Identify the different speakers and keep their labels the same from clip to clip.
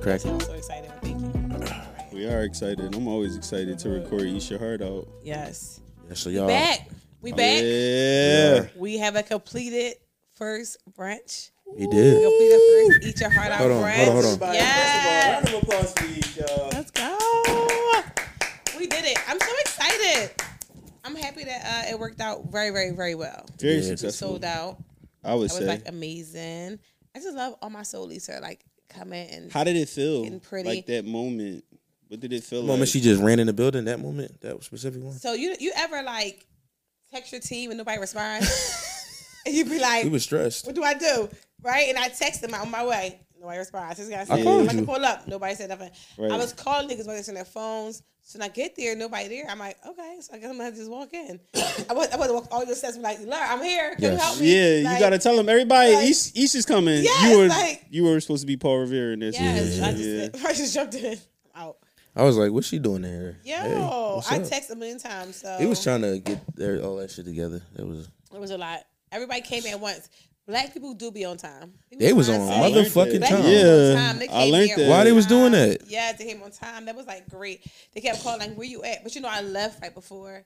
Speaker 1: cracking.
Speaker 2: I'm so excited. Well, thank you.
Speaker 3: We are excited. I'm always excited to record Eat Your Heart Out.
Speaker 2: Yes.
Speaker 1: Yeah, so y'all,
Speaker 2: Back.
Speaker 1: Oh,
Speaker 2: We back.
Speaker 3: Yeah.
Speaker 2: We have a completed first brunch.
Speaker 1: he did.
Speaker 2: Completed first Eat Your Heart Out
Speaker 1: Hold on,
Speaker 2: brunch.
Speaker 1: hold on, hold
Speaker 3: Everybody,
Speaker 2: Yes.
Speaker 3: first of all, round of applause for Eat,
Speaker 1: uh,
Speaker 3: y'all.
Speaker 2: Let's go. We did it. I'm so excited. I'm happy that uh, it worked out very, very, very well.
Speaker 3: Very
Speaker 1: Yeah.
Speaker 3: successful.
Speaker 2: Sold out.
Speaker 3: I would
Speaker 2: That
Speaker 3: say.
Speaker 2: was like amazing. I just love all my soul leads are like coming and
Speaker 3: How did it feel?
Speaker 2: Getting pretty.
Speaker 3: Like that moment. What did it feel
Speaker 1: The
Speaker 3: like?
Speaker 1: moment she just ran in the building, that moment, that specific one.
Speaker 2: so you you ever like text your team and nobody responds? and you be like,
Speaker 1: We was stressed.
Speaker 2: what do I do? Right? And I text them I'm on my way. Nobody responds. This guy said,
Speaker 1: called
Speaker 2: I'm about to
Speaker 1: you.
Speaker 2: pull up. Nobody said nothing. I
Speaker 3: Right.
Speaker 2: was calling niggas while they're on their phones. So when I get there, nobody there. I'm like, okay, so I guess I'm gonna have to just walk in. I was I was walk all your steps and be like, Laura, I'm here. Can you
Speaker 1: Yes.
Speaker 2: help me?
Speaker 3: yeah,
Speaker 2: Like,
Speaker 3: you gotta tell them everybody.
Speaker 2: like-
Speaker 3: East, East is coming.
Speaker 2: Yes,
Speaker 3: you were
Speaker 2: like-
Speaker 3: you were supposed to be Paul Revere in this.
Speaker 2: Yes, I, just,
Speaker 3: yeah.
Speaker 2: I just jumped in. I'm out.
Speaker 1: I was like, "What's she doing there?"
Speaker 2: Yo,
Speaker 1: Hey, what's
Speaker 2: I
Speaker 1: up?
Speaker 2: text a million times. So
Speaker 1: It was trying to get their all that shit together. It was.
Speaker 2: It was a lot. Everybody came at once. Black people do be on time. People
Speaker 1: They was on
Speaker 2: mindset.
Speaker 3: I learned
Speaker 1: motherfucking
Speaker 3: that.
Speaker 1: time.
Speaker 3: Yeah,
Speaker 2: They
Speaker 3: I
Speaker 2: came
Speaker 3: learned
Speaker 2: here
Speaker 3: that.
Speaker 2: on
Speaker 1: Why they was
Speaker 2: time.
Speaker 1: doing that?
Speaker 2: Yeah, they came on time. That was like great. They kept calling like, "Where you at?" But you know, I left right before.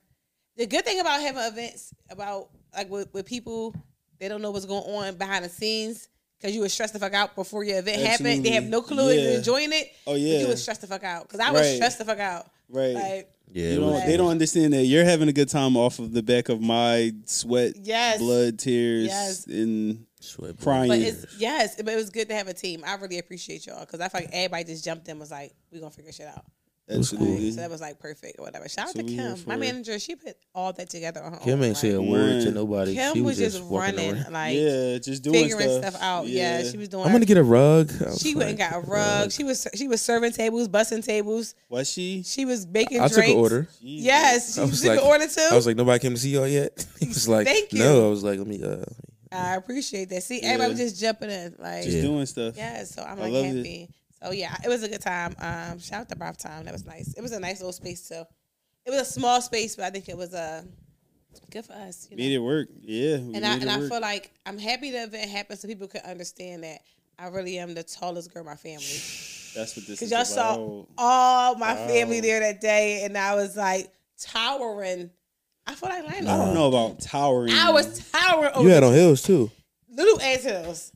Speaker 2: The good thing about having events about like with, with people, they don't know what's going on behind the scenes because you were stressed the fuck out before your event happened. They have no clue if
Speaker 3: Absolutely.
Speaker 2: you're enjoying it.
Speaker 3: Oh,
Speaker 2: but you
Speaker 3: yeah.
Speaker 2: was stressed the fuck out because I was
Speaker 3: Right.
Speaker 2: stressed the fuck out.
Speaker 3: Right.
Speaker 2: Like
Speaker 1: Yeah,
Speaker 3: You
Speaker 1: it was,
Speaker 3: don't, they don't understand that you're having a good time off of the back of my sweat,
Speaker 2: yes,
Speaker 3: blood, tears,
Speaker 2: Yes.
Speaker 3: and
Speaker 1: sweat
Speaker 3: crying.
Speaker 2: But
Speaker 3: Yeah.
Speaker 2: it's yes, but it was good to have a team. I really appreciate y'all because I feel like everybody just jumped in and was like, "We gonna figure shit out."
Speaker 3: that's
Speaker 1: Like,
Speaker 3: cool.
Speaker 2: Like, so that was like perfect or whatever. Shout out
Speaker 3: So
Speaker 2: to
Speaker 3: we here
Speaker 2: Kim,
Speaker 3: for
Speaker 2: my
Speaker 3: it.
Speaker 2: manager. She put all that together on her
Speaker 1: Kim
Speaker 2: own.
Speaker 1: ain't say a
Speaker 2: like, mm,
Speaker 1: word to
Speaker 3: One.
Speaker 1: nobody.
Speaker 2: Kim
Speaker 1: she
Speaker 2: was, just
Speaker 1: walking
Speaker 2: running,
Speaker 1: around.
Speaker 2: like
Speaker 3: yeah, just doing
Speaker 2: figuring stuff. out. Yeah. she was doing.
Speaker 1: I'm gonna get a rug. I was
Speaker 2: she went and
Speaker 1: like,
Speaker 2: got a rug. She was she was serving tables, bussing tables.
Speaker 3: Was she?
Speaker 2: She was baking.
Speaker 1: I took
Speaker 2: drinks.
Speaker 1: an order.
Speaker 2: Yes,
Speaker 1: I
Speaker 2: she
Speaker 1: was
Speaker 2: took
Speaker 1: like-
Speaker 2: an order too.
Speaker 1: I was like, nobody came to see y'all yet. He was like,
Speaker 2: Thank you.
Speaker 1: No, I was like, let me. Uh,
Speaker 2: I appreciate that. See, everybody was
Speaker 3: Yeah.
Speaker 2: just jumping in. Like,
Speaker 3: Just
Speaker 1: Yeah.
Speaker 3: doing stuff.
Speaker 2: Yeah, so I'm
Speaker 3: I
Speaker 2: like
Speaker 3: love it.
Speaker 2: happy. So yeah, it was a good time. Um, shout out to Bravo Time. That was nice. It was a nice little space too. It was a small space, but I think it was uh, good for us. You know?
Speaker 3: Made it work. Yeah. we
Speaker 2: and I
Speaker 3: made
Speaker 2: and
Speaker 3: it
Speaker 2: I
Speaker 3: work.
Speaker 2: feel like I'm happy the event happened so people could understand that I really am the tallest girl in my family.
Speaker 3: that's what this
Speaker 2: Cause
Speaker 3: is
Speaker 2: y'all
Speaker 3: about.
Speaker 2: saw all my family
Speaker 3: Wow.
Speaker 2: there that day, and I was like towering. I feel like Lionel.
Speaker 3: I don't know about towering.
Speaker 2: I was towering
Speaker 1: you
Speaker 2: over
Speaker 1: had on heels too.
Speaker 2: little ass hills.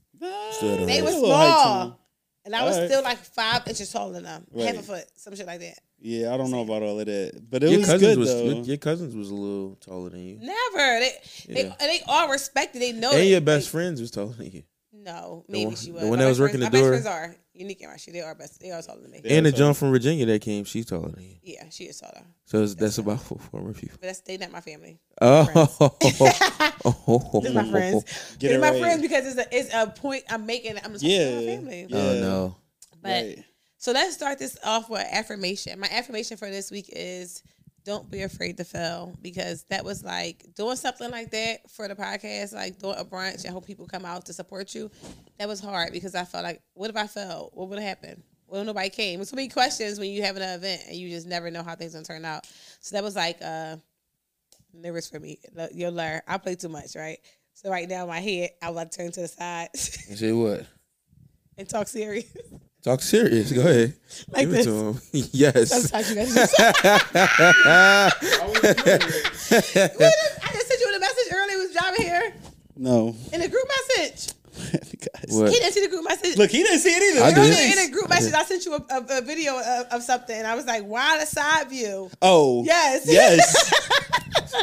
Speaker 1: Still don't
Speaker 2: They were
Speaker 1: know.
Speaker 3: That's a little height to me.
Speaker 2: small. And I was
Speaker 3: Alright.
Speaker 2: still like five inches taller than them. Half a
Speaker 3: Right.
Speaker 2: foot, some shit like that.
Speaker 3: Yeah, I don't know about all of that, but it
Speaker 1: your
Speaker 3: was
Speaker 1: cousins
Speaker 3: good
Speaker 1: was
Speaker 3: though.
Speaker 1: your cousins was a little taller than you,
Speaker 2: Never. They they,
Speaker 1: Yeah.
Speaker 2: they all respected. They know
Speaker 1: and
Speaker 2: it.
Speaker 1: your best
Speaker 2: Like,
Speaker 1: friends was taller than you,
Speaker 2: No,
Speaker 1: The
Speaker 2: maybe
Speaker 1: one-
Speaker 2: she
Speaker 1: the
Speaker 2: was.
Speaker 1: one
Speaker 2: My
Speaker 1: that
Speaker 2: best
Speaker 1: was working
Speaker 2: friends-
Speaker 1: the
Speaker 2: my
Speaker 1: door.
Speaker 2: best friends are unique and Rashid. They are best. They are taller than me.
Speaker 3: Yeah,
Speaker 1: and the
Speaker 3: so-
Speaker 1: John from Virginia that came, she's taller than you.
Speaker 2: Yeah, she is taller.
Speaker 1: So it's, that's about four, four people.
Speaker 2: But that's they not my family.
Speaker 1: Oh,
Speaker 2: They're my friends.
Speaker 3: Get
Speaker 2: They're
Speaker 3: it
Speaker 2: my
Speaker 3: right.
Speaker 2: friends because it's a it's a point I'm making. I'm just like,
Speaker 3: Yeah.
Speaker 2: they're my family.
Speaker 3: Yeah.
Speaker 1: Oh no,
Speaker 2: But
Speaker 3: Right.
Speaker 2: So let's start this off with affirmation. My affirmation for this week is don't be afraid to fail because that was like doing something like that for the podcast, like doing a brunch and hope people come out to support you. That was hard because I felt like, what if I failed? What would happen? What if nobody came? There's so many questions when you have an event and you just never know how things gonna turn out. So that was like uh nervous for me. Look, You'll learn. I play too much, right? So right now my head, I will turn to the side
Speaker 1: you say what?
Speaker 2: and talk serious.
Speaker 1: Talk serious. Go ahead.
Speaker 2: Like
Speaker 1: Give it to him. yes.
Speaker 2: Sometimes you guys Wait, I just sent you a message earlier. It was driving here
Speaker 3: No.
Speaker 2: in a group message.
Speaker 3: Guys.
Speaker 1: What?
Speaker 2: He didn't see the group message.
Speaker 3: Look, he didn't see it either.
Speaker 1: I
Speaker 2: earlier
Speaker 1: did.
Speaker 2: in a group message, I sent you a, a, a video of, of something. I was like, "Why the side view?"
Speaker 3: Oh.
Speaker 2: Yes.
Speaker 3: Yes.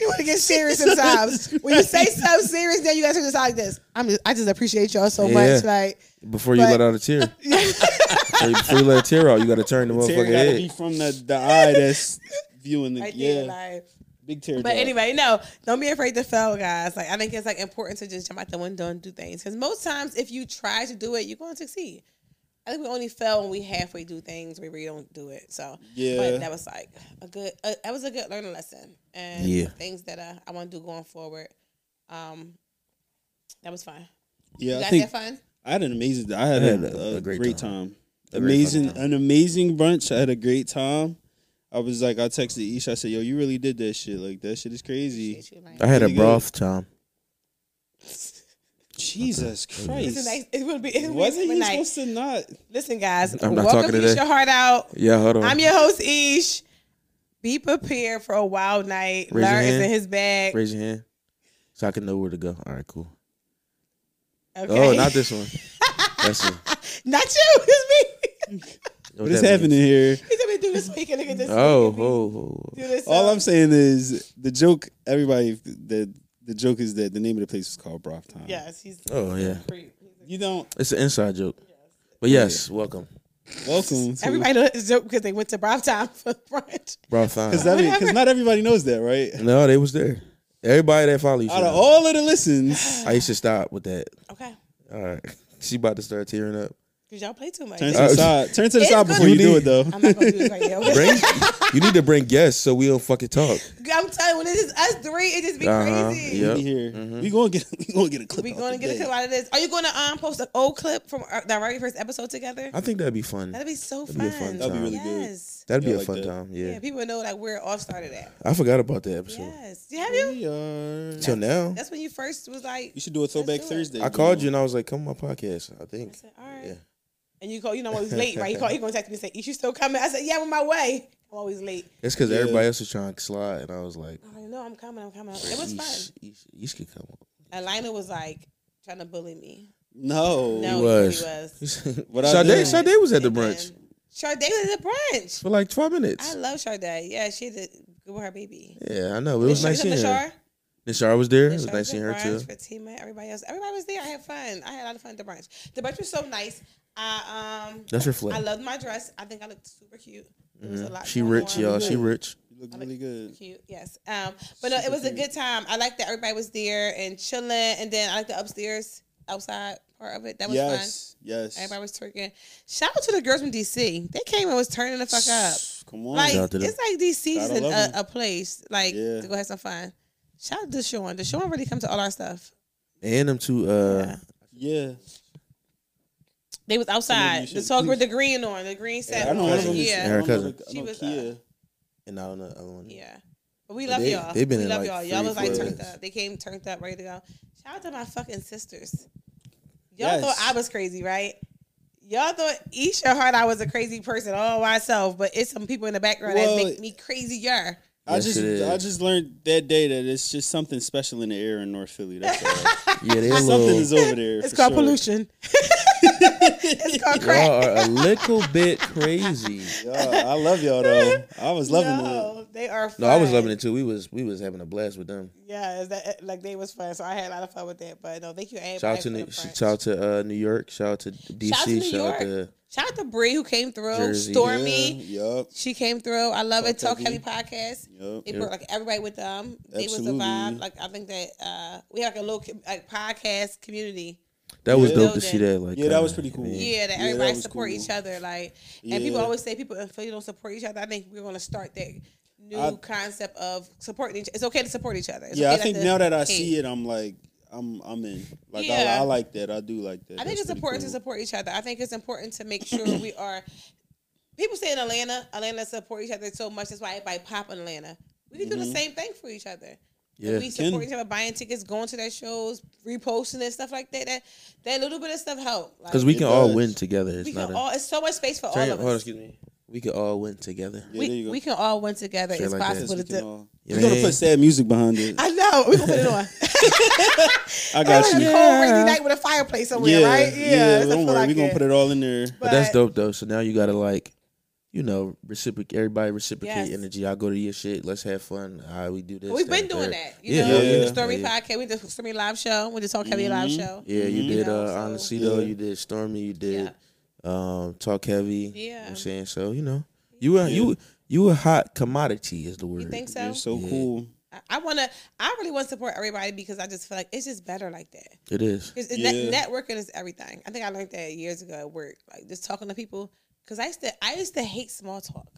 Speaker 2: You want to get serious sometimes. when you say so serious, then you guys are just like this. I'm just, I just appreciate y'all so much.
Speaker 1: Yeah.
Speaker 2: Like,
Speaker 1: Before you
Speaker 2: But-
Speaker 1: let out a tear, before you- before you let a tear out, you got to turn the
Speaker 3: tear
Speaker 1: motherfucker
Speaker 3: gotta be
Speaker 1: head.
Speaker 3: from the, the eye that's viewing the
Speaker 2: right
Speaker 3: yeah.
Speaker 2: there, like.
Speaker 3: Big tear.
Speaker 2: But anyway, no, don't be afraid to fail, guys. Like I think it's like important to just jump out the window and do things because most times if you try to do it, you're going to succeed. I think we only fail when we halfway do things where we don't do it. So
Speaker 3: Yeah.
Speaker 2: but that was like a good. Uh, that was a good learning lesson and
Speaker 1: Yeah.
Speaker 2: things that uh, I want to do going forward. Um, that was fun.
Speaker 3: yeah,
Speaker 2: You
Speaker 3: I
Speaker 2: guys
Speaker 3: think
Speaker 2: had fun.
Speaker 3: I had an amazing. I had,
Speaker 1: had
Speaker 3: a, a great, time.
Speaker 1: A great
Speaker 3: amazing,
Speaker 1: fucking time.
Speaker 3: an amazing brunch. I had a great time. I was like, I texted Ish. I said, "Yo, you really did that shit. Like that shit is crazy."
Speaker 2: Appreciate you, Lane.
Speaker 1: I had a
Speaker 3: Really good.
Speaker 1: broth time.
Speaker 3: Jesus
Speaker 2: It's a nice,
Speaker 3: Christ.
Speaker 2: it would be. It would
Speaker 3: Wasn't
Speaker 2: be
Speaker 3: he
Speaker 2: nice.
Speaker 3: supposed to not?
Speaker 2: Listen, guys.
Speaker 1: I'm not
Speaker 2: welcome
Speaker 1: talking
Speaker 2: to
Speaker 1: today.
Speaker 2: Eat Your Heart Out.
Speaker 1: Yeah, hold on.
Speaker 2: I'm your host, Ish. Be prepared for a wild night.
Speaker 1: Raise your
Speaker 2: Larry is
Speaker 1: hand.
Speaker 2: in his bag.
Speaker 1: Raise your hand so I can know where to go. All right, cool.
Speaker 2: okay.
Speaker 1: Oh, not this one. That's it.
Speaker 2: Not you. It's me.
Speaker 3: What is happening here?
Speaker 2: He's gonna do this week and look at this.
Speaker 1: Oh,
Speaker 2: week and
Speaker 1: oh, oh.
Speaker 2: do this.
Speaker 3: All
Speaker 2: uh,
Speaker 3: I'm saying is the joke. Everybody, the the joke is that the name of the place is called Broth Time.
Speaker 2: Yes, he's.
Speaker 1: Oh, yeah.
Speaker 2: creep.
Speaker 3: You don't
Speaker 1: It's an inside joke. But yes, welcome.
Speaker 3: welcome. To,
Speaker 2: Everybody knows it's a joke because they went to Brown Time for brunch.
Speaker 1: Bro, fine.
Speaker 3: because because
Speaker 2: Whatever.
Speaker 3: not everybody knows that, right?
Speaker 1: No, they was there. Everybody that follow you.
Speaker 3: Out of all of the listens,
Speaker 1: I used to stop with that.
Speaker 2: Okay,
Speaker 1: All right. She about to start tearing up.
Speaker 2: because y'all play too much.
Speaker 3: turn
Speaker 2: I'm
Speaker 3: to the
Speaker 1: Uh,
Speaker 3: side. Turn to the
Speaker 2: it's
Speaker 3: side
Speaker 2: good.
Speaker 3: before you
Speaker 1: You
Speaker 3: do
Speaker 1: need-
Speaker 3: it, though.
Speaker 2: not gonna do this right now.
Speaker 1: Bring you need to bring guests so we don't fucking talk.
Speaker 2: I'm telling you, when it's just us three, it just be
Speaker 1: Uh-huh,
Speaker 2: crazy.
Speaker 1: yeah.
Speaker 3: We here.
Speaker 1: Mm-hmm.
Speaker 3: We gonna get. We gonna get a clip.
Speaker 2: We
Speaker 3: out
Speaker 2: gonna get a
Speaker 3: today.
Speaker 2: clip out of this. Are you gonna um post an old clip from our, the very first episode together?
Speaker 1: I think that'd be fun.
Speaker 2: That'd be so
Speaker 1: That'd be a
Speaker 2: fun.
Speaker 1: fun That'd
Speaker 3: be really good.
Speaker 2: yes.
Speaker 1: That'd be
Speaker 3: Yeah,
Speaker 1: a
Speaker 3: like
Speaker 1: fun
Speaker 3: that.
Speaker 1: time.
Speaker 2: Yeah.
Speaker 1: Yeah.
Speaker 2: people know like where it all started at.
Speaker 1: I forgot about that episode.
Speaker 2: Yes. Do you have
Speaker 1: Mm-hmm.
Speaker 2: you?
Speaker 3: We are.
Speaker 1: Till now.
Speaker 2: That's when you first was like.
Speaker 3: You should do a throwback
Speaker 2: do it.
Speaker 3: Thursday.
Speaker 1: I called you and I was like, come on my podcast, I
Speaker 2: I
Speaker 1: think.
Speaker 2: said, all right.
Speaker 1: Yeah.
Speaker 2: And you call, you know, I'm always late, right? You call, you gonna text me and say, "Is you still coming?" I said, "Yeah, I'm on my way. I'm always late."
Speaker 1: It's because
Speaker 3: Yeah.
Speaker 1: everybody else was trying to slide and I was like,
Speaker 2: I know I'm coming. I'm coming. It was
Speaker 1: "Yeesh,
Speaker 2: fun.
Speaker 1: yeesh, yeesh could come up.
Speaker 2: And Lina was like trying to bully me.
Speaker 3: No.
Speaker 2: No,
Speaker 1: He
Speaker 2: he
Speaker 1: was.
Speaker 2: really was.
Speaker 3: What I
Speaker 1: Sade,
Speaker 3: did.
Speaker 1: Sade was at the
Speaker 2: And
Speaker 1: brunch
Speaker 2: then Sade was at the brunch.
Speaker 1: for like 12
Speaker 2: I
Speaker 1: minutes.
Speaker 2: love Sade. Yeah, she did good with her baby.
Speaker 1: yeah, I know. It was
Speaker 2: Nishar-
Speaker 1: nice
Speaker 2: you know
Speaker 1: seeing her.
Speaker 2: Nishar?
Speaker 1: Nishar was there.
Speaker 2: Nishar
Speaker 1: It was nice
Speaker 2: was at
Speaker 1: seeing her too.
Speaker 2: brunch, Fatima, everybody else. Everybody was there. I had fun. I had a lot of fun at the brunch. The brunch was so nice. I um
Speaker 1: That's her
Speaker 2: I
Speaker 1: flag.
Speaker 2: loved my dress. I think I looked super cute. There was a lot
Speaker 1: Mm-hmm. She
Speaker 2: going
Speaker 1: rich,
Speaker 2: on.
Speaker 1: y'all. She
Speaker 3: Yeah.
Speaker 1: rich.
Speaker 3: You look really good.
Speaker 2: Cute, yes. Um, but no, it
Speaker 3: Super
Speaker 2: was a
Speaker 3: cute.
Speaker 2: good time. I like that everybody was there and chilling, and then I like the upstairs outside part of it. That was
Speaker 3: Yes.
Speaker 2: fun.
Speaker 3: Yes.
Speaker 2: Everybody was twerking. Shout out to the girls from DC. They came and was turning the fuck up.
Speaker 3: Come on.
Speaker 2: Like
Speaker 1: Shout
Speaker 2: it's
Speaker 1: out to them.
Speaker 2: like DC's
Speaker 3: Gotta
Speaker 2: an,
Speaker 3: love
Speaker 2: a,
Speaker 3: 'em.
Speaker 2: a place like
Speaker 3: Yeah.
Speaker 2: to go have some fun. Shout out to Sean. The Sean really come to all our stuff.
Speaker 1: And them two, uh,
Speaker 2: Yeah.
Speaker 3: yeah.
Speaker 2: They was outside.
Speaker 3: you
Speaker 2: The
Speaker 3: should-
Speaker 2: talk with the green on the green set.
Speaker 3: I know one of them. is-
Speaker 2: yeah,
Speaker 1: And her
Speaker 3: I don't know
Speaker 1: cousin.
Speaker 3: the- I
Speaker 2: She
Speaker 3: know
Speaker 2: was,
Speaker 3: Kia.
Speaker 1: and I don't know the other one.
Speaker 2: Yeah. But we
Speaker 1: But
Speaker 2: love
Speaker 1: they-
Speaker 2: y'all.
Speaker 1: they've been
Speaker 2: we
Speaker 1: in,
Speaker 2: love
Speaker 1: like,
Speaker 2: y'all. Y'all
Speaker 1: three,
Speaker 2: was like
Speaker 1: four
Speaker 2: turned
Speaker 1: years.
Speaker 2: up. They came turned up, ready to go. Shout out to my fucking sisters. Y'all
Speaker 3: Yes.
Speaker 2: thought I was crazy, right? Y'all thought each your heart I was a crazy person all by myself, but it's some people in the background
Speaker 3: Well-
Speaker 2: that make me crazier.
Speaker 3: I
Speaker 1: Yes,
Speaker 3: just
Speaker 1: it is.
Speaker 3: I just learned that day that it's just something special in the air in North Philly. That's all.
Speaker 1: Yeah, they a
Speaker 3: something
Speaker 1: little.
Speaker 3: is over there.
Speaker 2: It's
Speaker 3: for
Speaker 2: called
Speaker 3: sure.
Speaker 2: pollution. it's called crack.
Speaker 1: Y'all are a little bit crazy.
Speaker 3: Y'all, I love y'all though. I was loving
Speaker 2: no, they are. Fun.
Speaker 1: No, I was loving it too. We was we was having a blast with them.
Speaker 2: Yeah, is that like they was fun, so I had a lot of fun with that. But no, thank you. everybody
Speaker 1: Shout out to
Speaker 2: for the
Speaker 1: New,
Speaker 2: brunch.
Speaker 1: shout out to uh, New York. Shout out to DC.
Speaker 2: Shout out to New
Speaker 1: shout out
Speaker 2: York.
Speaker 1: to
Speaker 2: Shout out to Bree who came through.
Speaker 1: Jersey.
Speaker 3: it.
Speaker 2: Stormy,
Speaker 3: Yeah, yup.
Speaker 2: She came through. I love it. Talk
Speaker 3: Talk
Speaker 2: Heavy
Speaker 3: Heavy.
Speaker 2: podcast.
Speaker 3: Yup.
Speaker 2: It brought like everybody with them. They was a
Speaker 3: Absolutely.
Speaker 2: vibe. Like I think that uh, we have like a little com- like podcast community.
Speaker 1: That was
Speaker 3: Yeah.
Speaker 1: dope to see that. Like,
Speaker 3: Yeah, that was
Speaker 1: uh,
Speaker 3: pretty cool.
Speaker 1: yeah.
Speaker 2: Yeah, that
Speaker 3: Yeah, that
Speaker 2: everybody
Speaker 3: was
Speaker 2: support
Speaker 3: cool.
Speaker 2: each other. Like, and people
Speaker 3: Yeah.
Speaker 2: always say people in Philly don't support each other. I think we're gonna start that new
Speaker 3: I-
Speaker 2: concept of supporting. Each, it's okay to support each other. It's
Speaker 3: Yeah, I
Speaker 2: okay
Speaker 3: think now that I see it, I'm like, I'm I'm in. Like
Speaker 2: Yeah.
Speaker 3: I, I like that. I do like that.
Speaker 2: I think
Speaker 3: That's
Speaker 2: it's
Speaker 3: pretty
Speaker 2: important to
Speaker 3: cool.
Speaker 2: support each other. I think it's important to make sure we are. People say in Atlanta, Atlanta support each other so much. That's why everybody pop in Atlanta. We can do the same thing for each other. If
Speaker 1: Yeah.
Speaker 2: we support
Speaker 3: Mm-hmm. Can.
Speaker 2: each other, buying tickets, going to their shows, reposting and stuff like that. That that little bit of stuff help. Like,
Speaker 1: Because we
Speaker 3: It
Speaker 1: can all
Speaker 3: does.
Speaker 1: win together. It's
Speaker 2: we
Speaker 1: not
Speaker 2: can
Speaker 1: a,
Speaker 2: all. It's so much space for
Speaker 1: Turn-
Speaker 2: all of
Speaker 1: hold on,
Speaker 2: us.
Speaker 1: excuse me. We can all win together.
Speaker 3: Yeah, there you
Speaker 2: we,
Speaker 3: go.
Speaker 2: we can all win together.
Speaker 1: Shit
Speaker 2: it's
Speaker 1: like that.
Speaker 2: possible to
Speaker 3: We can
Speaker 2: do.
Speaker 3: all-
Speaker 1: You
Speaker 3: We're gonna
Speaker 1: mean?
Speaker 3: put sad music behind it.
Speaker 2: I know. We can put it on.
Speaker 3: I got
Speaker 2: It's
Speaker 3: you.
Speaker 2: a
Speaker 3: Yeah,
Speaker 2: cold rainy night with a fireplace somewhere, right?
Speaker 3: yeah.
Speaker 2: something
Speaker 3: Don't worry,
Speaker 2: like
Speaker 3: we gonna
Speaker 2: that.
Speaker 3: put it all in there.
Speaker 1: But that's dope though. So now you gotta like, you know, reciprocate. Everybody reciprocate
Speaker 2: Yes.
Speaker 1: energy. I go to your shit. Let's have fun. All right, we do this.
Speaker 2: We've
Speaker 1: that,
Speaker 2: been doing
Speaker 1: third.
Speaker 2: that. You know,
Speaker 3: yeah,
Speaker 2: we did the
Speaker 3: yeah.
Speaker 2: Stormy
Speaker 1: yeah. Mm-hmm.
Speaker 2: podcast, we did the Stormy live show, we did Talk Heavy live show. Mm-hmm.
Speaker 1: Yeah, you did.
Speaker 2: know,
Speaker 1: uh,
Speaker 2: so-
Speaker 1: honestly though,
Speaker 3: Yeah.
Speaker 1: you did Stormy. You did um, Talk Heavy. you know what
Speaker 2: Yeah.
Speaker 1: I'm saying so. You know, you were you you a hot commodity is the word.
Speaker 2: You think
Speaker 3: You're
Speaker 2: so?
Speaker 3: so
Speaker 1: Yeah.
Speaker 3: cool.
Speaker 2: I- I want to. I really want to support everybody because I just feel like it's just better like that.
Speaker 1: It is.
Speaker 2: Because
Speaker 3: Yeah.
Speaker 2: networking is everything. I think I learned that years ago at work, like just talking to people. Because I used to, I used to hate small talk.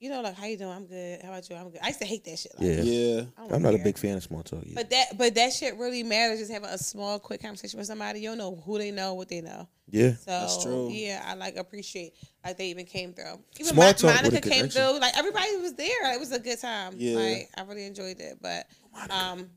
Speaker 2: You know, like how you doing? I'm good. How about you? I'm good. I used to hate that shit. Like,
Speaker 1: Yeah.
Speaker 3: Yeah.
Speaker 2: I don't
Speaker 1: I'm not a
Speaker 2: care.
Speaker 1: big fan of small talk. Either.
Speaker 2: But that, but that shit really matters. Just having a small, quick conversation with somebody. You don't know who they know, what they know.
Speaker 1: yeah,
Speaker 2: So
Speaker 3: true.
Speaker 2: yeah, I like appreciate like they even came through. Even
Speaker 1: Small
Speaker 2: Mon-
Speaker 1: talk with a
Speaker 2: Monica came
Speaker 1: connection.
Speaker 2: through. Like everybody was there. It was a good time.
Speaker 3: Yeah.
Speaker 2: Like I really enjoyed it. But um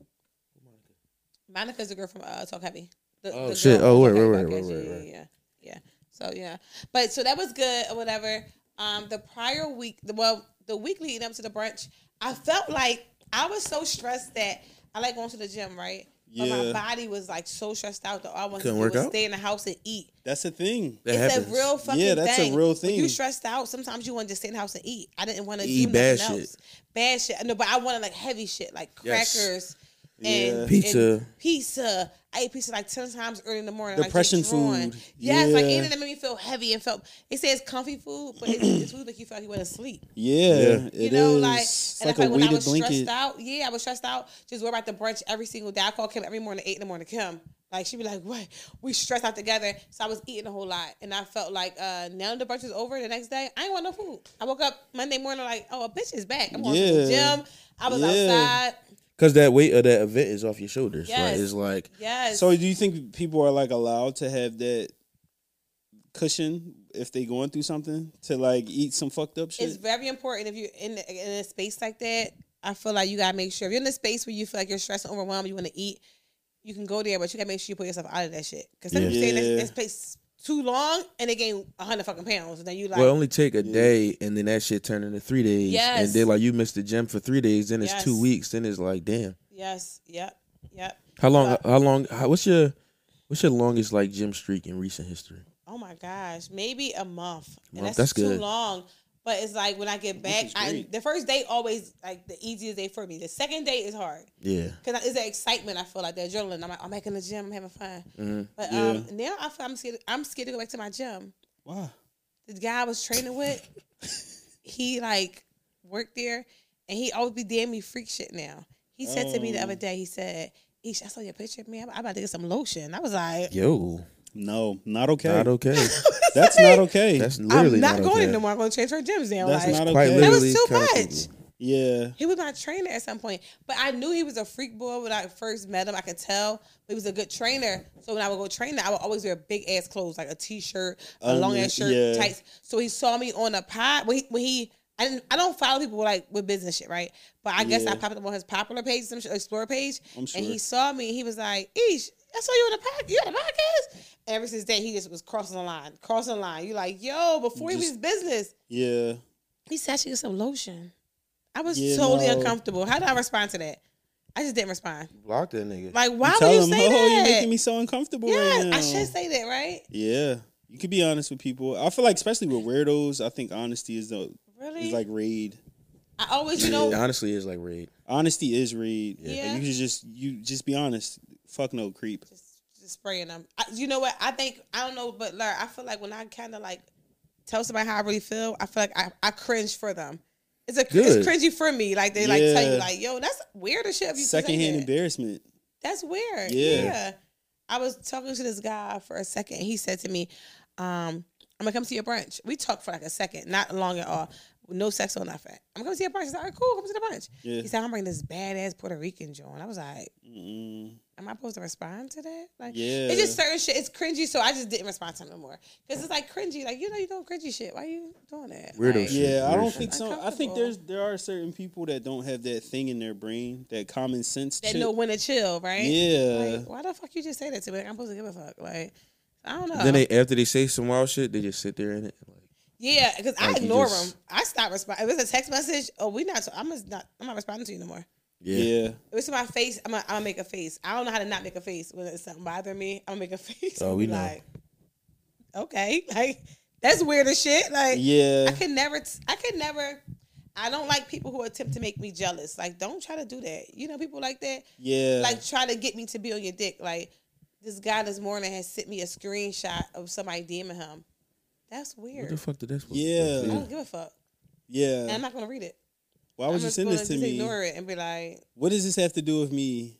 Speaker 2: Monica's a girl from uh, Talk Heavy. The,
Speaker 1: Oh,
Speaker 2: the
Speaker 1: shit.
Speaker 2: girl.
Speaker 1: Oh, word,
Speaker 2: Okay,
Speaker 1: word,
Speaker 2: okay,
Speaker 1: word, word,
Speaker 2: yeah,
Speaker 1: word.
Speaker 2: Yeah, yeah, yeah. So yeah, but so that was good or whatever. Um, the prior week, the, well, the week leading up to the brunch, I felt like I was so stressed that I like going to the gym, right? But my
Speaker 3: Yeah.
Speaker 2: body was like so stressed out that all I wanted
Speaker 1: Couldn't
Speaker 2: to do
Speaker 1: work
Speaker 2: was
Speaker 1: out?
Speaker 2: stay in the house and eat.
Speaker 3: That's the thing.
Speaker 1: That
Speaker 2: it's
Speaker 1: happens.
Speaker 2: a real fucking
Speaker 3: Yeah, that's a
Speaker 2: thing.
Speaker 3: real
Speaker 2: When
Speaker 3: thing.
Speaker 2: you stressed out, sometimes you want to just sit in the house and eat. I didn't want to
Speaker 1: Eat
Speaker 2: do
Speaker 1: bad
Speaker 2: nothing
Speaker 1: shit.
Speaker 2: else. Bad shit. No, but I wanted like heavy shit, like
Speaker 1: Yes.
Speaker 2: crackers
Speaker 3: Yeah.
Speaker 2: and and
Speaker 1: Pizza.
Speaker 2: pizza. I ate pizza like ten times early in the morning.
Speaker 3: Depression
Speaker 2: like just drawing.
Speaker 3: food.
Speaker 2: Yes, like
Speaker 3: Yeah.
Speaker 2: anything that made me feel heavy and felt. It says comfy food, but it's, it's food like you felt like you went to sleep.
Speaker 3: Yeah,
Speaker 1: Yeah.
Speaker 3: it
Speaker 2: You
Speaker 3: is.
Speaker 2: know, like
Speaker 3: It's
Speaker 2: and
Speaker 3: like
Speaker 2: I
Speaker 3: a
Speaker 2: feel like when I
Speaker 3: weighted
Speaker 2: was
Speaker 3: blanket.
Speaker 2: stressed out, yeah, I was stressed out. Just worry about the brunch every single day. I call Kim every morning, at eight in the morning. Kim, like she'd be like, "What? We stressed out together." So I was eating a whole lot, and I felt like uh, now the brunch is over. The next day, I ain't want no food. I woke up Monday morning like, "Oh, a bitch is back." I'm going to the
Speaker 3: Yeah.
Speaker 2: gym. I was
Speaker 3: Yeah.
Speaker 2: outside.
Speaker 1: Because that weight of that event is off your shoulders,
Speaker 2: Yes.
Speaker 1: right? It's like
Speaker 2: Yes.
Speaker 3: So do you think people are like allowed to have that cushion if they going through something to like eat some fucked up shit?
Speaker 2: It's very important if you're in in a space like that. I feel like you gotta make sure if you're in a space where you feel like you're stressed and overwhelmed, you want to eat, you can go there, but you gotta make sure you put yourself out of that shit. Because some
Speaker 1: Yeah.
Speaker 2: people stay in
Speaker 3: Yeah.
Speaker 2: this, this place too long and they gain hundred fucking pounds, and then you like,
Speaker 1: well, it only take a
Speaker 3: Yeah.
Speaker 1: day, and then that shit turn into three days,
Speaker 2: Yes.
Speaker 1: and then like you missed the gym for three days, then it's two
Speaker 2: Yes.
Speaker 1: weeks, then it's like damn.
Speaker 2: yes, yep, yep.
Speaker 1: How long?
Speaker 2: But-
Speaker 1: how long? How, what's your what's your longest like gym streak in recent history?
Speaker 2: Oh my gosh, maybe a month, and
Speaker 1: Month,
Speaker 2: that's,
Speaker 1: that's
Speaker 2: too
Speaker 1: good.
Speaker 2: long. But it's like when I get back,
Speaker 3: is
Speaker 2: I,
Speaker 3: great.
Speaker 2: the first day always like the easiest day for me. The second day is hard.
Speaker 1: Yeah,
Speaker 2: Cause it's the excitement I feel like the adrenaline. I'm like, I'm back in the gym. I'm having fun.
Speaker 1: Mhm.
Speaker 2: But
Speaker 3: Mm-hmm. Yeah.
Speaker 2: um, now I feel I'm scared. I'm scared to go back to my gym.
Speaker 3: wow.
Speaker 2: The guy I was training with, he like worked there, and he always be damn me freak shit. Now he said to me the
Speaker 3: Oh.
Speaker 2: other day, he said, "Ish, I saw your picture, man. I'm about to get some lotion." I was like,
Speaker 1: yo,
Speaker 3: No, not okay.
Speaker 1: not okay.
Speaker 3: That's not okay.
Speaker 1: That's literally
Speaker 2: "I'm not,
Speaker 1: not
Speaker 2: going
Speaker 1: okay.
Speaker 2: in no more. I'm going to change her gyms now."
Speaker 3: That's
Speaker 2: like,
Speaker 3: not
Speaker 1: Quite
Speaker 3: okay.
Speaker 2: that was
Speaker 1: literally,
Speaker 2: too
Speaker 1: kinda
Speaker 2: much.
Speaker 1: people.
Speaker 3: yeah.
Speaker 2: He was my trainer at some point, but I knew he was a freak boy when I first met him. I could tell he was a good trainer. So when I would go train, I would always wear big ass clothes, like a t shirt, a
Speaker 3: Um,
Speaker 2: long ass shirt,
Speaker 3: yeah.
Speaker 2: tights. So he saw me on a pod when he, when he I didn't I don't follow people like with business shit, right? But I guess
Speaker 3: Yeah.
Speaker 2: I popped up on his popular page, some shit, explore page,
Speaker 3: I'm sure.
Speaker 2: and he saw me. and He was like, "Ish, I saw you on the pod. You had a podcast." Ever since then, he just was crossing the line, crossing the line. You like, yo, before he
Speaker 3: Just-
Speaker 2: was business,
Speaker 3: Yeah.
Speaker 2: he said she got some lotion. I was
Speaker 3: Yeah,
Speaker 2: totally
Speaker 3: no.
Speaker 2: uncomfortable. How did I respond to that? I just didn't respond.
Speaker 1: Block that nigga.
Speaker 2: Like, why
Speaker 3: tell
Speaker 2: would you
Speaker 3: them,
Speaker 2: say
Speaker 3: oh, you're
Speaker 2: that?
Speaker 3: making me so uncomfortable
Speaker 2: yeah,
Speaker 3: right now.
Speaker 2: I should say that, right?
Speaker 3: Yeah. You could be honest with people. I feel like especially with weirdos, I think honesty is the
Speaker 2: Really?
Speaker 3: is like raid.
Speaker 2: I always, you know,
Speaker 1: It honestly, is like raid.
Speaker 3: Honesty is raid. Like,
Speaker 2: Yeah.
Speaker 3: you should just you just be honest. Fuck no creep.
Speaker 2: just, just spraying them. I, you know what? I think I don't know, but Lur, I feel like when I kind of like tell somebody how I really feel, I feel like I, I cringe for them. It's a it's
Speaker 1: Good.
Speaker 2: cringy for me. Like they like tell you
Speaker 3: Yeah.
Speaker 2: like, yo, that's weird as shit. If you say
Speaker 3: Secondhand
Speaker 2: that.
Speaker 3: embarrassment.
Speaker 2: That's weird. Yeah.
Speaker 3: Yeah.
Speaker 2: I was talking to this guy for a second. And he said to me, um, I'm going to come to your brunch. We talked for like a second, not long at all. No sex or nothing. I'm going to your brunch. I said, all right, cool. Come to the brunch.
Speaker 3: Yeah.
Speaker 2: He said, I'm bringing this badass Puerto Rican joint. I was like,
Speaker 3: Mm-mm.
Speaker 2: am I supposed to respond to that? Like,
Speaker 3: Yeah.
Speaker 2: it's just certain shit. It's cringy. So I just didn't respond to him no more. Because it's like cringy. Like, you know, you're doing cringy shit. Why you doing that?
Speaker 1: Weirdo
Speaker 2: Like,
Speaker 1: shit.
Speaker 3: Yeah, I
Speaker 1: Weird
Speaker 3: don't
Speaker 1: shit.
Speaker 3: think so. I think
Speaker 2: Uncomfortable.
Speaker 3: there's there are certain people that don't have that thing in their brain, that common sense.
Speaker 2: That
Speaker 3: chip.
Speaker 2: know when to chill, right?
Speaker 3: Yeah.
Speaker 2: Like, why the fuck you just say that to me? Like, I'm supposed to give a fuck. Like, I don't know.
Speaker 1: Then they after they say some wild shit, they just sit there in it. Like,
Speaker 2: Yeah, because I
Speaker 1: Like, you
Speaker 2: ignore
Speaker 1: just-
Speaker 2: them. I stop responding. If it's a text message, oh, we not. I'm just not. I'm not responding to you no more.
Speaker 1: yeah.
Speaker 3: yeah.
Speaker 2: If it's in my face, I'm. Gonna, I'll make a face. I don't know how to not make a face when it's something bothering me. I'll make a face.
Speaker 1: Oh,
Speaker 2: and
Speaker 1: we
Speaker 2: be
Speaker 1: know.
Speaker 2: okay, like that's weird as shit. Like, I
Speaker 3: Yeah.
Speaker 2: can never. t- I can never. I don't like people who attempt to make me jealous. Like, don't try to do that. You know, people like that
Speaker 3: Yeah.
Speaker 2: like try to get me to be on your dick. Like this guy this morning has sent me a screenshot of somebody DMing him. That's
Speaker 1: What
Speaker 2: weird.
Speaker 1: the fuck did that? supposed
Speaker 3: Yeah.
Speaker 1: To
Speaker 2: I
Speaker 1: be?
Speaker 2: don't give a fuck. And
Speaker 3: yeah.
Speaker 2: I'm not gonna read it.
Speaker 3: Why would
Speaker 2: I'm
Speaker 3: you
Speaker 2: just
Speaker 3: send
Speaker 2: gonna
Speaker 3: this to
Speaker 2: just
Speaker 3: me?
Speaker 2: Ignore it and be like,
Speaker 3: What does this have to do with me?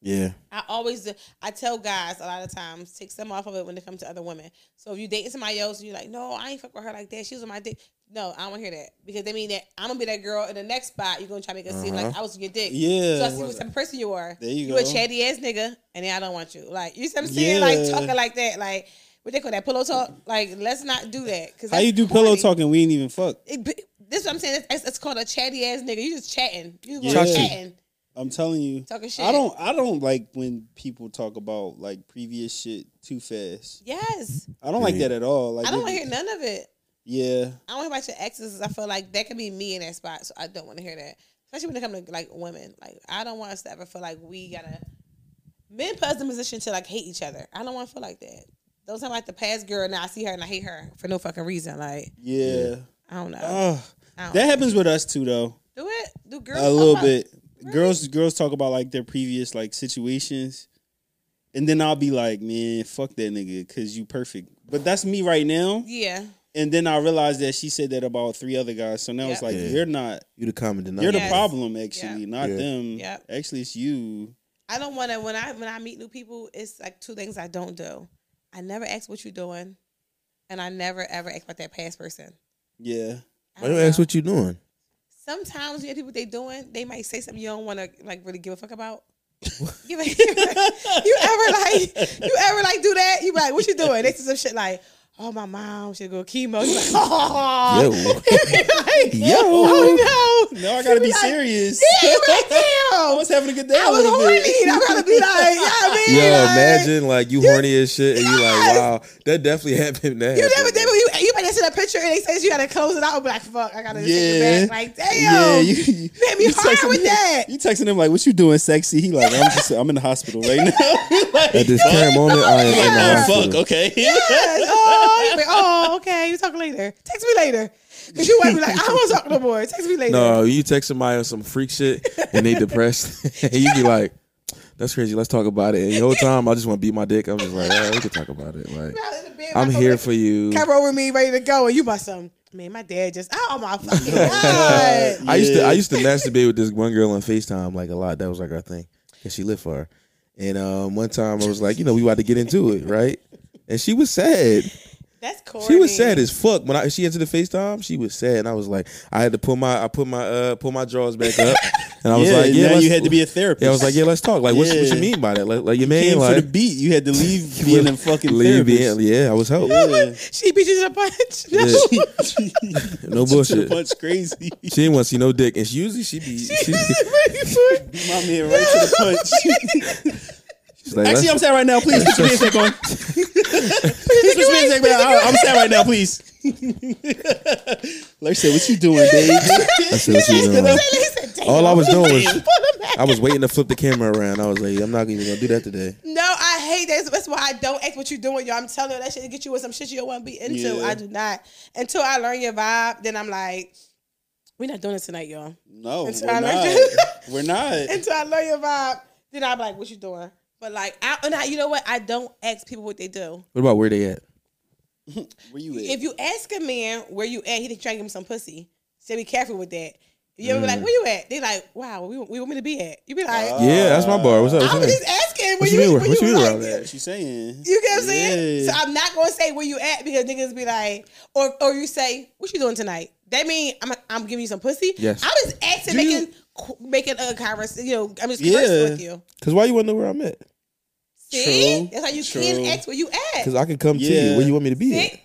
Speaker 1: Yeah.
Speaker 2: I always do, I tell guys a lot of times take some off of it when it comes to other women. So if you dating somebody else and you're like, no, I ain't fuck with her like that. She was on my dick. No, I don't want to hear that because they mean that I'm gonna be that girl in the next spot. You're gonna try to make it seem like
Speaker 1: Uh-huh.
Speaker 2: I was on your dick.
Speaker 3: Yeah.
Speaker 2: So I see what type of person you are.
Speaker 3: There you
Speaker 2: you
Speaker 3: go.
Speaker 2: a chatty ass nigga, and then I don't want you. Like you see what I'm saying? Like
Speaker 3: Yeah.
Speaker 2: talking like that, like what they call that pillow talk. Like let's not do that. Cause
Speaker 3: How
Speaker 2: that's
Speaker 3: you do pillow
Speaker 2: corny.
Speaker 3: talking? We ain't even fuck.
Speaker 2: It, but this is what I'm saying. It's, it's called a chatty ass nigga. You just chatting. You
Speaker 3: Yeah.
Speaker 2: just chatting.
Speaker 3: I'm telling you.
Speaker 2: Talking shit.
Speaker 3: I don't I don't like when people talk about like previous shit too fast.
Speaker 2: Yes,
Speaker 3: I don't like
Speaker 1: Mhm.
Speaker 3: that at all. Like
Speaker 2: I don't
Speaker 3: it-
Speaker 2: want to hear none of it.
Speaker 3: Yeah.
Speaker 2: I don't hear about your exes. 'cause I feel like that could be me in that spot, so I don't want to hear that. Especially when it comes to like women. Like I don't want us to ever feel like we gotta men put us in a position to like hate each other. I don't want to feel like that. Those times like the past girl, now I see her and I hate her for no fucking reason. Like
Speaker 3: Yeah.
Speaker 2: I don't know.
Speaker 3: Ugh.
Speaker 2: I don't
Speaker 3: Uh, that happens with us too though.
Speaker 2: do it. Do girls
Speaker 3: a little
Speaker 2: talk about-
Speaker 3: bit.
Speaker 2: Really?
Speaker 3: Girls girls talk about like their previous like situations. And then I'll be like, man, fuck that nigga, cause you perfect. But that's me right now.
Speaker 2: Yeah.
Speaker 3: And then I realized that she said that about three other guys. So now
Speaker 2: Yep.
Speaker 3: it's like
Speaker 1: Yeah.
Speaker 3: you're not
Speaker 1: You the common denominator.
Speaker 3: you're
Speaker 2: Yes.
Speaker 3: the problem actually, not
Speaker 1: Yeah.
Speaker 3: them.
Speaker 2: Yep.
Speaker 3: Actually it's you.
Speaker 2: I don't want to when I when I meet new people. It's like two things I don't do. I never ask what you're doing, and I never ever ask about that past person.
Speaker 3: Yeah.
Speaker 2: I
Speaker 1: Why
Speaker 2: don't
Speaker 1: you ask
Speaker 2: know.
Speaker 1: what you doing?
Speaker 2: Sometimes you know people they doing. They might say something you don't want to like really give a fuck about. you, ever- you ever like you ever like do that? You be like what you doing? They say some shit like. Oh, my mom should go chemo. You're like,
Speaker 1: Yo.
Speaker 2: oh. Like,
Speaker 1: Yo.
Speaker 2: oh no.
Speaker 3: Now I gotta be
Speaker 2: Like,
Speaker 3: serious.
Speaker 2: Yeah, you like,
Speaker 3: I
Speaker 2: damn.
Speaker 3: was having a good day.
Speaker 2: I was
Speaker 3: a little
Speaker 2: horny.
Speaker 3: bit.
Speaker 2: and I'm gonna be like, yeah, I mean,
Speaker 1: Yo,
Speaker 2: like,
Speaker 1: imagine like you horny as shit and you like,
Speaker 2: Yes.
Speaker 1: wow, that definitely happened. That
Speaker 2: You never
Speaker 1: happened.
Speaker 2: did, but you you might send a picture and they says you gotta close it out. I'll be like, fuck, I gotta take
Speaker 3: Yeah.
Speaker 2: it back. Like, damn,
Speaker 3: Yeah,
Speaker 2: you,
Speaker 3: you, you
Speaker 2: made me
Speaker 3: you
Speaker 2: hard
Speaker 3: texting
Speaker 2: with
Speaker 3: him-
Speaker 2: that.
Speaker 3: You texting him like, "What you doing, sexy?" He like, "I'm just, I'm in the hospital right now." like,
Speaker 1: At this current moment, I am in the
Speaker 3: oh,
Speaker 1: hospital.
Speaker 3: fuck, okay.
Speaker 2: Yes. Oh, you be, oh, okay. You talk later. Text me later, cause you might be like, I don't want to talk no more. Text me later.
Speaker 1: No, you text somebody on some freak shit and they depressed, and you be like, "That's crazy. Let's talk about it." And the whole time, I just want to beat my dick. I'm just like, "All right, we can talk about it." Like,
Speaker 2: Out in the bed,
Speaker 1: I'm
Speaker 2: my
Speaker 1: here
Speaker 2: phone-
Speaker 1: for you.
Speaker 2: Camera over me, ready to go, and you bust some. Man, my dad just oh my fucking god.
Speaker 1: I used to I
Speaker 3: Yeah.
Speaker 1: used to masturbate with this one girl on Facetime like a lot. That was like our thing, and she lived for her. And um, one time I was like, you know, we about to get into it, right? And she was sad.
Speaker 2: That's cool.
Speaker 1: She was sad as fuck when I she entered the FaceTime. She was sad, and I was like, I had to pull my I put my uh pull my drawers back up, and I was
Speaker 3: yeah,
Speaker 1: like, yeah,
Speaker 3: now
Speaker 1: let's-
Speaker 3: you had to be a therapist.
Speaker 1: yeah, I was like, yeah, let's talk. Like, what's, what
Speaker 3: Yeah.
Speaker 1: you mean by that? Like, like you
Speaker 3: Came
Speaker 1: mean
Speaker 3: for
Speaker 1: like
Speaker 3: the beat. You had to leave being a fucking
Speaker 1: leave
Speaker 3: therapist.
Speaker 1: being, yeah, I was helped.
Speaker 2: She beat you to the punch. No.
Speaker 1: Yeah. No
Speaker 3: To the
Speaker 1: bullshit.
Speaker 3: punch, crazy.
Speaker 1: She didn't want to see no dick, and she usually she be she,
Speaker 3: Beat my man right to the punch.
Speaker 1: she's like,
Speaker 3: Actually,
Speaker 1: let's-
Speaker 3: I'm sad right now. Please put your pants back on. Please put your pants back on. I'm sad right now. Please. Larry said, "What you doing, babe?"
Speaker 1: I said, what you doing? All I was doing was I was waiting to flip the camera around. I was like, I'm not even gonna do that today.
Speaker 2: No, I hate that. That's why I don't ask what you're doing, y'all. I'm telling you, that shit get you with some shit you don't want to be into.
Speaker 3: Yeah.
Speaker 2: I do not. Until I learn your vibe, then I'm like, we're not doing this tonight, y'all.
Speaker 3: No,
Speaker 2: It's
Speaker 3: we're
Speaker 2: not like
Speaker 3: not.
Speaker 2: that.
Speaker 3: We're not.
Speaker 2: Until I learn your vibe, then I'm like, what you doing? But like, I, and I, you know what? I don't ask people what they do.
Speaker 1: What about where they at?
Speaker 3: Where you at?
Speaker 2: If you ask a man where you at, he think trying to give him some pussy. So be careful with that. You ever be
Speaker 1: Mm.
Speaker 2: like, where you at? They like, wow, where you, where you want me to be at? You be like,
Speaker 3: Uh,
Speaker 1: Yeah, that's my bar. What's up?
Speaker 2: I was
Speaker 1: What's
Speaker 2: just
Speaker 1: up?
Speaker 2: asking where
Speaker 1: What
Speaker 2: you,
Speaker 1: you mean,
Speaker 2: where
Speaker 1: what
Speaker 2: you,
Speaker 1: you mean where
Speaker 2: like,
Speaker 1: I'm at?
Speaker 3: what you saying?
Speaker 2: You get what I'm saying?
Speaker 3: Yeah.
Speaker 2: So I'm not gonna say where you at because niggas be like, or or you say, "What you doing tonight?" That mean I'm I'm giving you some pussy.
Speaker 1: Yes.
Speaker 2: I was asking,
Speaker 3: Do
Speaker 2: making
Speaker 3: you-
Speaker 2: qu- making a conversation. You know, I'm just conversing
Speaker 3: Yeah.
Speaker 2: with you.
Speaker 1: Cause why you wanna know where I'm at?
Speaker 2: See,
Speaker 3: True.
Speaker 2: that's how you
Speaker 3: True.
Speaker 2: can ask where you at.
Speaker 1: Cause I can come to you
Speaker 3: Yeah.
Speaker 1: where you want me to be. At.
Speaker 2: See?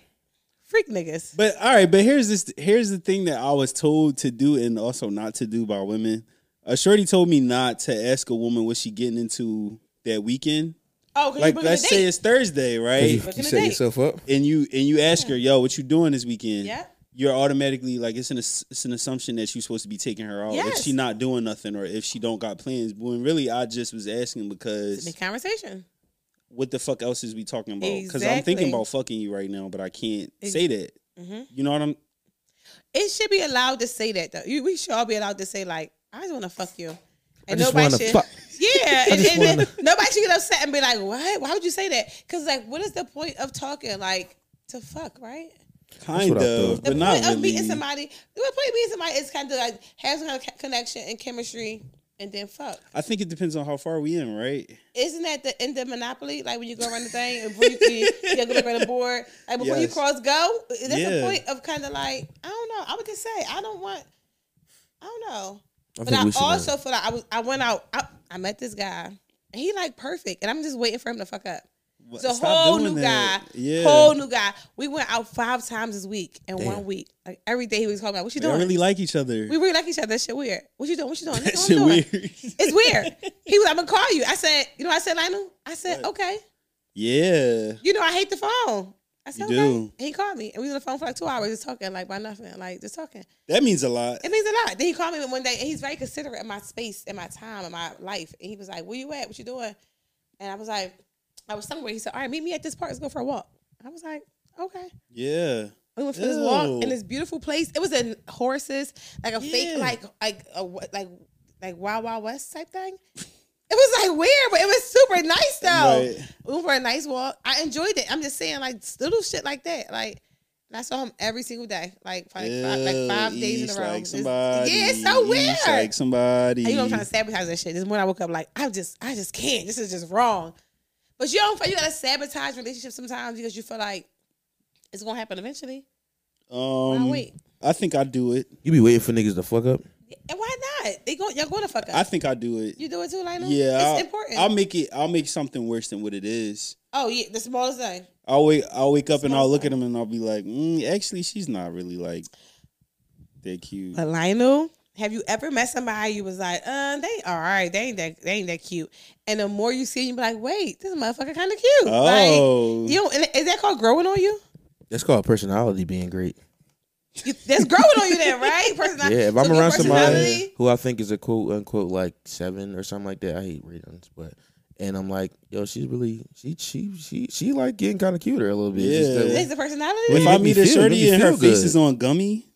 Speaker 2: Freak niggas.
Speaker 3: But all right, but here's this. Here's the thing that I was told to do and also not to do by women. A shorty told me not to ask a woman what she getting into that weekend.
Speaker 2: Oh, cause
Speaker 3: Like,
Speaker 2: you
Speaker 3: let's say it's Thursday, right?
Speaker 1: You,
Speaker 2: Back
Speaker 1: you
Speaker 2: in the
Speaker 1: set
Speaker 2: day.
Speaker 1: yourself up.
Speaker 3: and you and you ask her, "Yo, what you doing this weekend?"
Speaker 2: Yeah.
Speaker 3: You're automatically like it's an ass- it's an assumption that you're supposed to be taking her out
Speaker 2: Yes.
Speaker 3: if she not doing nothing or if she don't got plans. When really, I just was asking because
Speaker 2: make conversation.
Speaker 3: what the fuck else is we talking about? Because I'm
Speaker 2: Exactly.
Speaker 3: thinking about fucking you right now, but I can't
Speaker 2: Ex-
Speaker 3: say that.
Speaker 2: Mhm.
Speaker 3: You know what I'm?
Speaker 2: It should be allowed to say that though. You, we should all be allowed to say like, "I just want to fuck you,"
Speaker 1: I just wanna fuck.
Speaker 2: Yeah, and,
Speaker 1: just
Speaker 2: and then
Speaker 1: wanna-
Speaker 2: nobody should get upset and be like, "What? Why would you say that?" Because like, what is the point of talking like to fuck, right?
Speaker 3: Kind
Speaker 1: what I
Speaker 3: of,
Speaker 1: thought.
Speaker 2: The
Speaker 3: but not
Speaker 2: point of
Speaker 3: really.
Speaker 2: meeting somebody, the point of meeting somebody is kind of like have some kind of co- connection and chemistry, and then fuck.
Speaker 3: I think it depends on how far we in, right?
Speaker 2: Isn't that the end of Monopoly? Like when you go around the thing and briefly you gotta go back around the board. Like before you
Speaker 3: Yes.
Speaker 2: cross go, that's the
Speaker 3: Yeah.
Speaker 2: point of kind of like I don't know. I would just say I don't want. I don't know.
Speaker 1: I
Speaker 2: But
Speaker 1: think
Speaker 2: I
Speaker 1: we should. uh, know.
Speaker 2: also feel like I was I went out I, I met this guy and he like perfect and I'm just waiting for him to fuck up.
Speaker 3: What-
Speaker 2: It's a
Speaker 3: stop
Speaker 2: whole
Speaker 3: doing
Speaker 2: new
Speaker 3: that.
Speaker 2: guy.
Speaker 3: Yeah.
Speaker 2: Whole new guy. We went out five times this week in
Speaker 1: Damn.
Speaker 2: one week. Like every day he was calling me, what you
Speaker 3: They
Speaker 2: doing?
Speaker 3: really like each other.
Speaker 2: we really like each other. That shit weird. What you doing? What you doing?
Speaker 3: that
Speaker 2: Nigga, what I'm
Speaker 3: shit
Speaker 2: doing?
Speaker 3: weird.
Speaker 2: It's weird. He was, I'm gonna call you. I said, you know, what I said, Lionel. I said, okay.
Speaker 3: yeah.
Speaker 2: You know, I hate the phone. I said,
Speaker 3: You
Speaker 2: okay.
Speaker 3: do.
Speaker 2: And he called me, and we was on the phone for like two hours, just talking, like by nothing, like just talking.
Speaker 3: That means a lot.
Speaker 2: It means a lot. Then he called me one day, and he's very considerate of my space, and my time, and my life. And he was like, "Where you at? What you doing?" And I was like, "I was somewhere." He said, "All right, meet me at this park. Let's go for a walk." I was like, "Okay."
Speaker 3: Yeah.
Speaker 2: We went for this walk
Speaker 3: Ew.
Speaker 2: in this beautiful place. It was in horses, like a
Speaker 3: Yeah.
Speaker 2: fake, like like a w- like like Wild Wild West type thing. It was like weird, but it was super nice though.
Speaker 3: Right.
Speaker 2: We went for a nice walk. I enjoyed it. I'm just saying, like little shit like that, like. And I saw him every single day, like five, five, like five
Speaker 3: Ew,
Speaker 2: days in
Speaker 3: eats
Speaker 2: a row.
Speaker 3: Like
Speaker 2: Just-
Speaker 3: somebody.
Speaker 2: yeah, it's so weird.
Speaker 3: eats Like somebody.
Speaker 2: And you know, I'm trying to sabotage that shit. This morning I woke up like, I'm just, I just can't. This is just wrong. But you don't feel you gotta sabotage relationships sometimes because you feel like it's gonna happen eventually.
Speaker 3: um,
Speaker 2: Why Oh, wait?
Speaker 3: I think I do it.
Speaker 1: You be waiting for niggas to fuck up.
Speaker 2: And why not? They go, y'all going to fuck up.
Speaker 3: I think I do it.
Speaker 2: you do it too, Lionel.
Speaker 3: yeah.
Speaker 2: it's
Speaker 3: I'll,
Speaker 2: important.
Speaker 3: I'll make it. I'll make something worse than what it is.
Speaker 2: oh yeah, the smallest thing.
Speaker 3: I'll wake. I'll wake up and I'll look at
Speaker 2: Small
Speaker 3: them and I'll be like, mm, actually, she's not really like that cute.
Speaker 2: But Lionel, have you ever met somebody you was like, uh, they all right, they ain't that, they ain't that cute. And the more you see, it, you be like, wait, this motherfucker kind of cute.
Speaker 3: Oh,
Speaker 2: Like, you don't, is that called growing on you?
Speaker 1: That's called personality being great.
Speaker 2: you that's growing on you, then, right? Personality.
Speaker 1: Yeah, if I'm
Speaker 2: so your
Speaker 1: around somebody
Speaker 2: personality-
Speaker 1: who I think is a quote unquote like seven or something like that, I hate ratings, but and I'm like, yo, she's really she she she she like getting kind of cuter a little bit. It's just
Speaker 2: Is the personality?
Speaker 1: Well,
Speaker 3: if
Speaker 1: you
Speaker 3: I
Speaker 1: make me
Speaker 3: meet a
Speaker 1: feel- make
Speaker 3: shorty
Speaker 1: me
Speaker 3: and her
Speaker 1: feel
Speaker 3: face
Speaker 1: good.
Speaker 3: is on gummy
Speaker 1: that-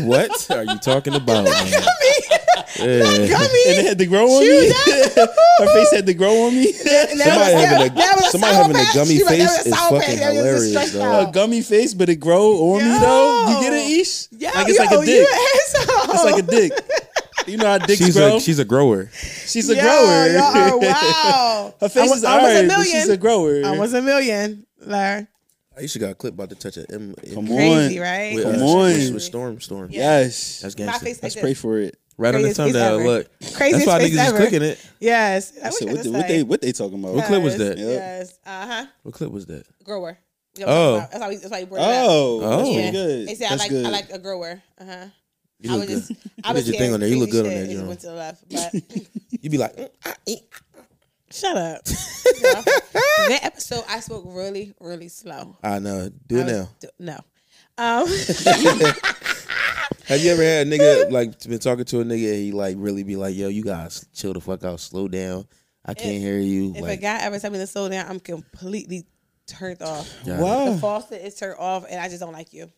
Speaker 1: what are you talking about? man? Yeah.
Speaker 3: and it
Speaker 2: Gummy.
Speaker 3: had to grow on me, her face had to grow on me.
Speaker 1: Somebody
Speaker 2: That was-
Speaker 1: having a-
Speaker 2: that was
Speaker 1: somebody
Speaker 2: sour
Speaker 1: having a
Speaker 2: patch.
Speaker 1: gummy
Speaker 2: She was- that
Speaker 1: face
Speaker 2: was
Speaker 1: is
Speaker 2: sour
Speaker 1: fucking
Speaker 2: patch. That was just
Speaker 1: hilarious,
Speaker 2: stressed
Speaker 1: though.
Speaker 2: out.
Speaker 3: a gummy face, but it grow on me
Speaker 2: Yo.
Speaker 3: though. You get it, ish?
Speaker 2: Yo,
Speaker 3: like it's
Speaker 2: yo,
Speaker 3: like a dick.
Speaker 2: You asshole.
Speaker 3: It's like a dick. You know how dicks
Speaker 1: She's
Speaker 3: grow.
Speaker 1: a she's a grower.
Speaker 3: she's a
Speaker 2: Yo,
Speaker 3: grower.
Speaker 2: y'all are- wow.
Speaker 3: her face
Speaker 2: Almost- almost
Speaker 3: is
Speaker 2: a
Speaker 3: alright, but
Speaker 2: million.
Speaker 3: she's a grower.
Speaker 2: Almost a million, Larry.
Speaker 1: I should got a clip about to touch it. M-
Speaker 3: Come
Speaker 1: M-
Speaker 3: on.
Speaker 2: Crazy, right?
Speaker 1: With,
Speaker 3: Come
Speaker 1: uh,
Speaker 3: on.
Speaker 1: with, with storm storm.
Speaker 2: Yeah.
Speaker 3: yes.
Speaker 1: That's
Speaker 2: My
Speaker 1: gangster.
Speaker 2: face like
Speaker 3: Let's pray
Speaker 2: this.
Speaker 3: for it.
Speaker 1: Right on the
Speaker 2: Craziest face
Speaker 1: thumbnail.
Speaker 2: ever.
Speaker 1: Look,
Speaker 2: Craziest
Speaker 1: that's why
Speaker 2: face
Speaker 1: niggas
Speaker 2: ever.
Speaker 1: is clicking it.
Speaker 2: Yes. I
Speaker 3: I
Speaker 2: wish
Speaker 3: said,
Speaker 2: I
Speaker 3: what,
Speaker 2: could
Speaker 3: the, what
Speaker 2: say.
Speaker 3: they what they talking about?
Speaker 1: What clip was
Speaker 2: Yes,
Speaker 1: that?
Speaker 2: Yes. Uh huh.
Speaker 1: What clip was that?
Speaker 2: Grower. You know
Speaker 1: Oh.
Speaker 2: what I'm talking about. That's how we. That's how you brought it up.
Speaker 3: Oh, that's
Speaker 1: Oh.
Speaker 3: pretty
Speaker 1: Yeah.
Speaker 3: good.
Speaker 2: They said I
Speaker 3: That's
Speaker 2: like
Speaker 3: good.
Speaker 2: I like a grower. Uh huh.
Speaker 1: You
Speaker 2: I
Speaker 1: look
Speaker 2: was just
Speaker 1: good.
Speaker 2: I
Speaker 1: You
Speaker 2: was
Speaker 1: did your thing
Speaker 2: scaring
Speaker 1: on there. You look
Speaker 2: crazy
Speaker 1: good on
Speaker 2: shit and
Speaker 1: that,
Speaker 2: just
Speaker 1: Jerome.
Speaker 2: Went to the left, but
Speaker 1: You be like, mm, ah, eh, ah.
Speaker 2: shut up. that episode I spoke really really slow.
Speaker 1: I know. Do it
Speaker 2: I was-
Speaker 1: now.
Speaker 2: d- no. Um,
Speaker 1: Have you ever had a nigga like been talking to a nigga and he like really be like, yo, you guys chill the fuck out, slow down. I can't hear you.
Speaker 2: if a
Speaker 1: like,
Speaker 2: guy ever tell me to slow down, I'm completely turned off.
Speaker 1: God.
Speaker 2: The
Speaker 3: Wow.
Speaker 2: faucet is turned off, and I just don't like you.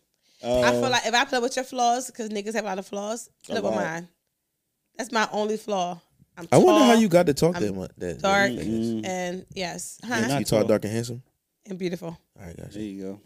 Speaker 2: I
Speaker 3: Uh,
Speaker 1: Oh.
Speaker 2: feel like if I play with your flaws, because niggas have a lot of flaws, play with
Speaker 3: lot.
Speaker 2: mine. That's my only flaw. I'm
Speaker 1: I wonder how
Speaker 2: tall
Speaker 1: you got to talk
Speaker 2: I'm
Speaker 1: that much. That,
Speaker 2: dark.
Speaker 1: that
Speaker 3: mm,
Speaker 2: and yes, huh?
Speaker 3: You're
Speaker 1: You
Speaker 3: not
Speaker 1: tall,
Speaker 3: tall.
Speaker 1: dark, and handsome.
Speaker 2: and beautiful.
Speaker 1: All right, gotcha.
Speaker 3: there you go.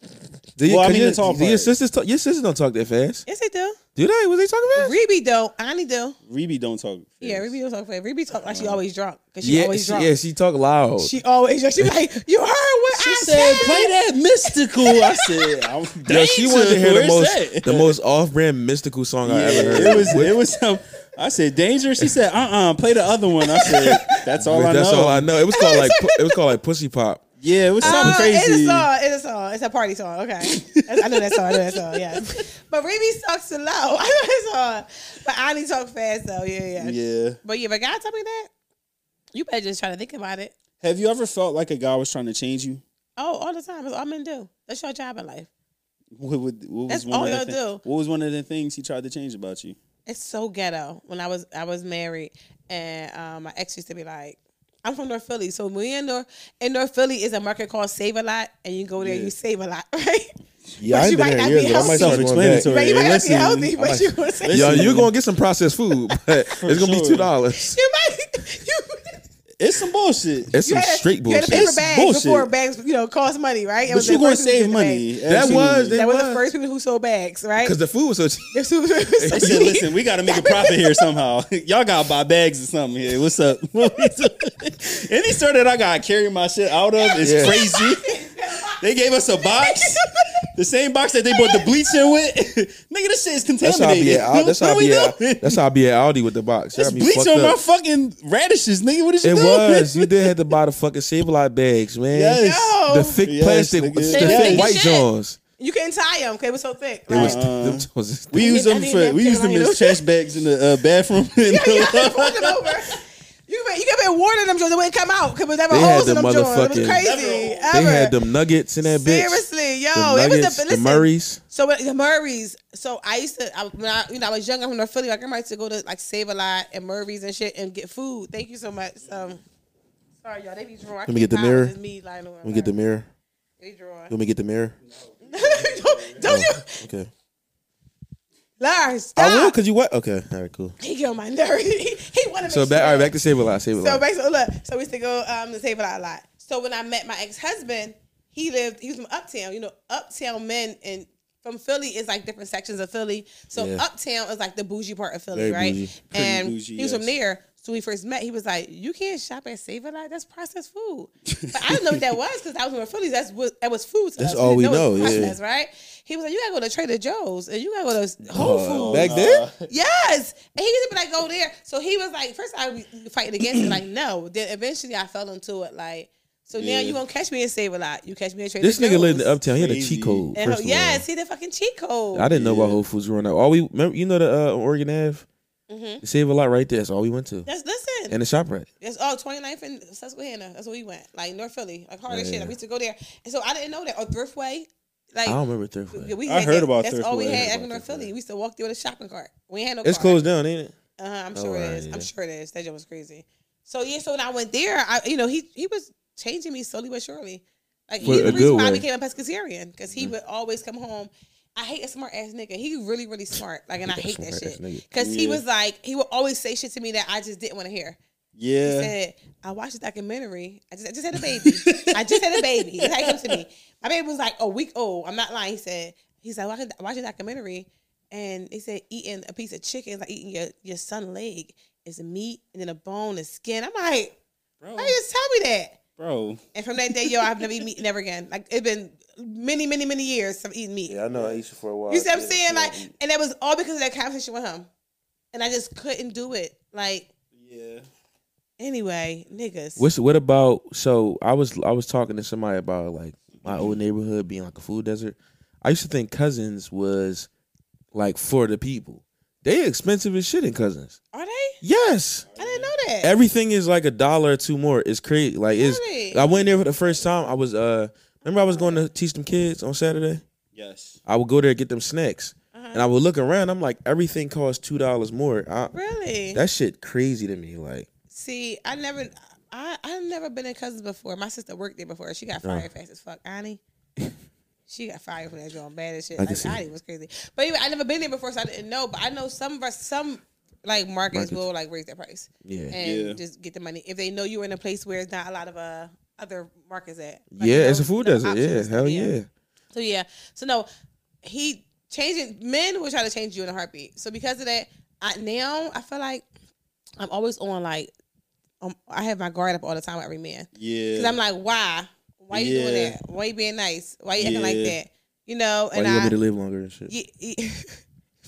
Speaker 1: Do
Speaker 3: Well, I
Speaker 1: cause
Speaker 3: mean,
Speaker 1: your-
Speaker 3: the tall
Speaker 1: do your
Speaker 3: part.
Speaker 1: sisters talk, your sisters don't talk that fast.
Speaker 2: Yes, they do.
Speaker 1: Do they? Was they talking fast?
Speaker 2: Reby do. Annie do.
Speaker 3: Reby don't talk. Fast.
Speaker 2: Yeah, Reby don't talk fast. Reby talk like she always drunk. Cause she
Speaker 1: Uh-huh. Yeah,
Speaker 2: always
Speaker 1: she,
Speaker 2: drunk.
Speaker 1: yeah, she talk loud.
Speaker 2: She always drunk. She like, you heard what
Speaker 3: She
Speaker 2: I
Speaker 3: said, "Play that mystical." I said, "I'm
Speaker 1: Yo, she wanted to hear the
Speaker 3: Where's
Speaker 1: most
Speaker 3: that?
Speaker 1: the most off brand mystical song I ever heard.
Speaker 3: it was it was some. I said danger. She said, "Uh uh play the other one." I said, "That's all I
Speaker 1: that's
Speaker 3: know."
Speaker 1: all I know. It was called like pu- it was called like Pussy Pop.
Speaker 3: Yeah, it was something
Speaker 2: Oh, It's
Speaker 3: crazy.
Speaker 2: a song. It's a song. It's a party song. Okay, That's- I know that song. I know that song. Yeah, but Remy talks slow. I know that song. But Annie talk fast though. Yeah, yeah.
Speaker 3: Yeah.
Speaker 2: But yeah, if a guy tell me that, you better just try to think about it.
Speaker 3: Have you ever felt like a guy was trying to change you?
Speaker 2: Oh, all the time. That's all men do. That's your job in life.
Speaker 3: What, would- what was
Speaker 2: That's
Speaker 3: one
Speaker 2: all
Speaker 3: of the
Speaker 2: y'all
Speaker 3: thi-
Speaker 2: do.
Speaker 3: What was one of the things he tried to change about you?
Speaker 2: It's so ghetto. When I was I was married, and um, my ex used to be like, "I'm from North Philly, so we in North in North Philly is a market called Save a Lot, and you go there,
Speaker 3: Yeah.
Speaker 2: you save a lot, right?
Speaker 1: Yeah,
Speaker 2: But
Speaker 1: I
Speaker 2: you
Speaker 1: ain't been
Speaker 2: might
Speaker 1: there
Speaker 2: not
Speaker 1: in years,
Speaker 2: be
Speaker 1: but I might start
Speaker 3: healthy.
Speaker 1: going back.
Speaker 3: Self-explanatory.
Speaker 2: But you might not
Speaker 3: listen,
Speaker 2: be healthy, but
Speaker 1: might-
Speaker 2: you want to save.
Speaker 1: Yo,
Speaker 3: Listen.
Speaker 1: you're gonna get some processed food, but it's gonna be
Speaker 3: sure.
Speaker 1: two dollars.
Speaker 2: You might. You,
Speaker 3: It's some bullshit.
Speaker 1: It's some
Speaker 2: you had,
Speaker 1: straight
Speaker 2: You had
Speaker 1: bullshit.
Speaker 2: to pay for
Speaker 3: It's
Speaker 2: bags
Speaker 3: bullshit.
Speaker 2: before bags, you know, cost money, right? It
Speaker 3: but
Speaker 2: the
Speaker 3: you going to
Speaker 2: first people
Speaker 3: save
Speaker 2: did the
Speaker 3: money.
Speaker 2: bags.
Speaker 1: That was-
Speaker 3: Absolutely.
Speaker 1: They
Speaker 2: That was the
Speaker 1: was.
Speaker 2: first people who sold bags, right?
Speaker 1: because the food was so cheap.
Speaker 2: That's who- that's
Speaker 3: They
Speaker 2: what
Speaker 3: said,
Speaker 2: we-
Speaker 3: listen, we got to make a profit here somehow. Y'all got to buy bags or something here. What's up? Any store that I got to carry my shit out of is
Speaker 1: Yeah.
Speaker 3: crazy. They gave us a box. the same box that they bought the bleach in with. Nigga, this shit is
Speaker 1: That's how I be
Speaker 3: contaminated.
Speaker 1: at. Al- That's
Speaker 3: what
Speaker 1: how I
Speaker 3: are we
Speaker 1: be at.
Speaker 3: doing?
Speaker 1: That's how I be at Aldi with the box.
Speaker 3: There's
Speaker 1: Y'all be
Speaker 3: bleach
Speaker 1: fucked
Speaker 3: on my
Speaker 1: up.
Speaker 3: fucking radishes, nigga. What is you
Speaker 1: It
Speaker 3: doing?
Speaker 1: was. You did have to buy the fucking Save-A-Lot bags, man.
Speaker 3: Yes.
Speaker 2: Yo,
Speaker 1: The thick
Speaker 3: Yes,
Speaker 1: plastic,
Speaker 3: nigga.
Speaker 1: the
Speaker 3: They
Speaker 2: was
Speaker 1: thick
Speaker 2: thick
Speaker 1: white
Speaker 2: as shit.
Speaker 1: Johns.
Speaker 2: you couldn't tie them because it was so thick.
Speaker 1: It was
Speaker 2: Like,
Speaker 1: them Johns. is
Speaker 3: Uh-uh. We
Speaker 1: thick.
Speaker 3: use
Speaker 2: I
Speaker 3: them
Speaker 2: need
Speaker 3: for
Speaker 2: that
Speaker 3: we use them
Speaker 2: Carolina.
Speaker 3: as trash bags in the uh, bathroom.
Speaker 2: you had to fork it over. You been, you could been warning them joints. It wouldn't come out because never
Speaker 1: They had
Speaker 2: holes in
Speaker 1: them
Speaker 2: them joints. It
Speaker 1: motherfucking-
Speaker 2: was crazy.
Speaker 1: They
Speaker 2: Ever.
Speaker 1: had them nuggets in that bitch.
Speaker 2: Seriously, yo,
Speaker 1: The
Speaker 2: it
Speaker 1: nuggets,
Speaker 2: was a,
Speaker 1: the
Speaker 2: listen,
Speaker 1: Murrays.
Speaker 2: So when- the Murray's. So I used to I, when I you know I was young. I'm from North Philly. Like I used to go to like Save a Lot and Murray's and shit and get food. Thank you so much. Um, sorry y'all, they be drawing. Let
Speaker 1: me get the mirror.
Speaker 2: Let me
Speaker 1: Let me get the mirror.
Speaker 2: They
Speaker 1: Let
Speaker 2: drawing.
Speaker 1: me get the mirror.
Speaker 2: don't don't you,
Speaker 1: Okay.
Speaker 2: Lars? Stop.
Speaker 1: I will, cause you what? Okay. All right. Cool.
Speaker 2: He killed my nerve. he wanted to
Speaker 1: So
Speaker 2: make
Speaker 1: back.
Speaker 2: sure.
Speaker 1: All right. Back to Save-A-Lot. Save-A-Lot.
Speaker 2: So basically, look, so we used to go um, to Save a Lot a lot. So when I met my ex husband, he lived, he was from Uptown. You know, Uptown men and from Philly is like different sections of Philly. So
Speaker 1: Yeah.
Speaker 2: Uptown is like the bougie part of Philly,
Speaker 1: Very
Speaker 2: right?
Speaker 1: bougie.
Speaker 3: Pretty
Speaker 2: and
Speaker 3: bougie,
Speaker 2: he was from
Speaker 3: yes.
Speaker 2: there. So we first met, he was like, "You can't shop at Save a Lot. That's processed food." But I didn't know what that was because I was in Philly. That's what that was food. to
Speaker 1: That's
Speaker 2: us.
Speaker 1: all we
Speaker 2: didn't it was
Speaker 1: know, yeah.
Speaker 2: processed, right? He was like, "You gotta go to Trader Joe's and you gotta go to Whole
Speaker 1: Uh,
Speaker 2: Foods."
Speaker 1: Back then?
Speaker 2: Yes. And he used to be like, go there. So he was like, first I was fighting against it, like, no. Then eventually I fell into it, like, so now
Speaker 3: Yeah.
Speaker 2: you gonna catch me and save a lot. You catch me at Trader
Speaker 1: This nigga lived in
Speaker 2: Joe's.
Speaker 1: uptown. He had a
Speaker 3: Crazy.
Speaker 1: cheat code.
Speaker 2: And, uh,
Speaker 1: First of
Speaker 2: yes, he the fucking cheat code.
Speaker 1: all. I didn't know about
Speaker 3: Yeah.
Speaker 1: Whole Foods growing up. All we remember, you know, the uh, Oregon Ave.
Speaker 2: Mhm.
Speaker 1: Save a lot right there. That's all we went to.
Speaker 2: That's listen.
Speaker 1: And the shop right.
Speaker 2: That's all 29th and Susquehanna. That's where we went. Like North Philly. Like hard as shit.
Speaker 1: Yeah.
Speaker 2: Like, we used to go there. And so I didn't know that. Or Thriftway.
Speaker 1: I
Speaker 2: Like
Speaker 1: don't remember Thrift
Speaker 2: we-
Speaker 1: Way.
Speaker 2: we
Speaker 3: I
Speaker 2: had
Speaker 3: heard
Speaker 2: that-
Speaker 3: about
Speaker 2: That's all we
Speaker 3: Thriftway. I heard
Speaker 2: had after
Speaker 1: about
Speaker 2: North
Speaker 1: Thriftway.
Speaker 2: Philly. We used to walk there with a shopping cart. We ain't had no
Speaker 1: It's
Speaker 2: car.
Speaker 1: closed down, ain't it?
Speaker 2: Uh, I'm
Speaker 1: Oh,
Speaker 2: sure it
Speaker 1: wow,
Speaker 2: is.
Speaker 1: yeah.
Speaker 2: I'm sure it is. That joke was crazy. So yeah, so when I went there, I you know he he was changing me slowly but surely. Like
Speaker 1: For
Speaker 2: he's
Speaker 1: a
Speaker 2: the
Speaker 1: good
Speaker 2: reason why I
Speaker 1: way. Mm.
Speaker 2: became a pescatarian because he would always come home. I hate a smart ass nigga. He really really smart. Like and I hate that
Speaker 1: Smart ass nigga.
Speaker 2: shit because he
Speaker 3: Yeah.
Speaker 2: was like he would always say shit to me that I just didn't want to hear. He
Speaker 3: Yeah.
Speaker 2: said, I watched a documentary. I just, I just had a baby. I just had a baby. That's how he comes to me. My baby was like a week old. I'm not lying. He said, he's like, watching watch a documentary. And he said, eating a piece of chicken is like eating your, your son leg. It's meat and then a bone and skin. I'm like,
Speaker 3: Bro,
Speaker 2: why you just tell me that?
Speaker 3: bro.
Speaker 2: And from that day, yo, I've never eaten meat never again. Like it's been many, many, many years from eating meat.
Speaker 1: I know. I ate you for a while.
Speaker 2: You see what I'm saying? Like, and that was all because of that conversation with him. And I just couldn't do it. Like,
Speaker 3: Yeah.
Speaker 2: anyway, niggas.
Speaker 1: What's what about? So I was I was talking to somebody about like my old neighborhood being like a food desert. I used to think Cousins was like for the people. They expensive as shit in Cousins.
Speaker 2: Are they?
Speaker 1: Yes,
Speaker 2: I didn't know that.
Speaker 1: everything is like a dollar or two more. It's crazy. Like it's.
Speaker 2: Really?
Speaker 1: I went there for the first time. I was uh. Remember I was going to teach them kids on Saturday.
Speaker 3: Yes.
Speaker 1: I would go there and get them snacks,
Speaker 2: Uh-huh.
Speaker 1: and I would look around. I'm like, everything costs two dollars more. I,
Speaker 2: really?
Speaker 1: that shit crazy to me. Like,
Speaker 2: See, I never, I I never been in cousins before. My sister worked there before. She got fired fast as fuck. Annie. She got fired from that joint bad as shit.
Speaker 1: I can
Speaker 2: Like,
Speaker 1: see.
Speaker 2: Annie was crazy. But anyway, I never been there before, so I didn't know. But I know some of our, some like markets
Speaker 1: Markets.
Speaker 2: will like raise their price
Speaker 1: yeah,
Speaker 2: and
Speaker 3: Yeah.
Speaker 2: just get the money if they know you're in a place where it's not a lot of uh other markets at. Like, no-
Speaker 1: yeah. it's a food
Speaker 2: no
Speaker 1: desert. Yeah,
Speaker 2: options.
Speaker 1: hell yeah.
Speaker 2: So yeah. So no, he changing men will try to change you in a heartbeat. So because of that, I now I feel like I'm always on like um, I have my guard up all the time with every man because
Speaker 3: Yeah.
Speaker 2: I'm like, why? Why you
Speaker 3: Yeah.
Speaker 2: doing that? Why you being nice? Why you acting like
Speaker 3: Yeah.
Speaker 2: that? You know?
Speaker 1: Why
Speaker 2: And
Speaker 1: you want
Speaker 2: I
Speaker 1: me to live longer and shit?
Speaker 2: yeah, yeah.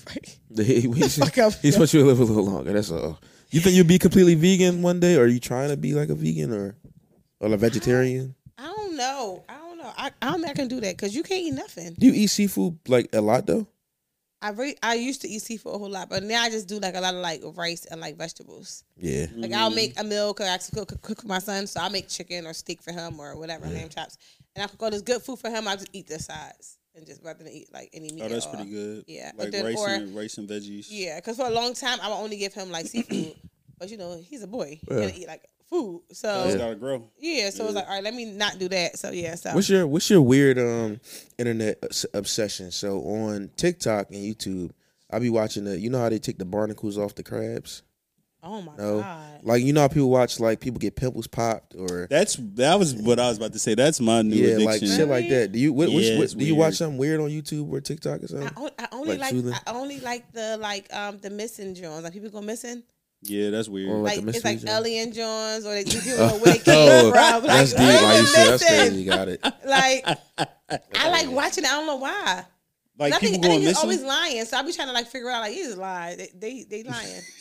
Speaker 2: Right.
Speaker 1: he he- he
Speaker 2: fuck up,
Speaker 1: he
Speaker 2: yo.
Speaker 1: wants you to live a little longer. That's all. You think you'll be completely vegan one day, or are you trying to be like a vegan or or a vegetarian?
Speaker 2: I don't know. I don't know. I, I don't think I can do that because you can't eat nothing.
Speaker 1: Do you eat seafood like a lot though?
Speaker 2: I re- I used to eat seafood a whole lot, but now I just do like a lot of like rice and like vegetables.
Speaker 1: Yeah,
Speaker 2: Like I'll make a meal because I actually cook, cook, cook for my son, so I'll make chicken or steak for him or whatever lamb chops, and I cook all this good food for him. I just eat the sides and just rather than eat like any meat.
Speaker 3: Oh, that's
Speaker 2: at
Speaker 3: pretty
Speaker 2: all.
Speaker 3: good.
Speaker 2: Yeah, but
Speaker 3: Like
Speaker 2: then-
Speaker 3: rice
Speaker 2: or-
Speaker 3: and rice and veggies.
Speaker 2: Yeah, because for a long time I would only give him like seafood, but you know he's a boy, he
Speaker 1: Yeah.
Speaker 2: gotta eat like food. So
Speaker 3: It's
Speaker 2: yeah,
Speaker 3: gotta grow.
Speaker 2: so it's
Speaker 3: Yeah.
Speaker 2: like all right, let me not do that. So yeah, so
Speaker 1: What's your what's your weird um internet obs- obsession? So on TikTok and YouTube, I be watching the you know how they take the barnacles off the crabs?
Speaker 2: oh my
Speaker 1: No.
Speaker 2: god,
Speaker 1: Like you know how people watch like people get pimples popped or
Speaker 3: That's that was what I was about to say. That's my new
Speaker 1: yeah, like
Speaker 3: addiction.
Speaker 1: shit like that. Do you what, which,
Speaker 3: Yeah,
Speaker 1: what,
Speaker 3: it's
Speaker 1: do you watch
Speaker 3: weird.
Speaker 1: something weird on YouTube or TikTok or
Speaker 2: I,
Speaker 1: something?
Speaker 2: on, I only
Speaker 1: Like
Speaker 2: like,
Speaker 1: soothing?
Speaker 2: I only like the like um the missing drones, like people go missing.
Speaker 3: Yeah, that's weird.
Speaker 1: Or
Speaker 2: Like,
Speaker 1: Like the
Speaker 2: it's like
Speaker 1: mysteries, yeah.
Speaker 2: Ellie and Johns, or they give you know where it came
Speaker 1: Oh,
Speaker 2: from. Like,
Speaker 1: that's deep.
Speaker 2: listen,
Speaker 1: Like you said, that's
Speaker 2: listen.
Speaker 1: crazy. You got it.
Speaker 2: Like, I like watching. it. I don't know why.
Speaker 3: Like
Speaker 2: And I
Speaker 3: people
Speaker 2: think, I think
Speaker 3: going
Speaker 2: he's
Speaker 3: missing.
Speaker 2: always lying, so I be trying to like figure out like he just lied. They they, they lying.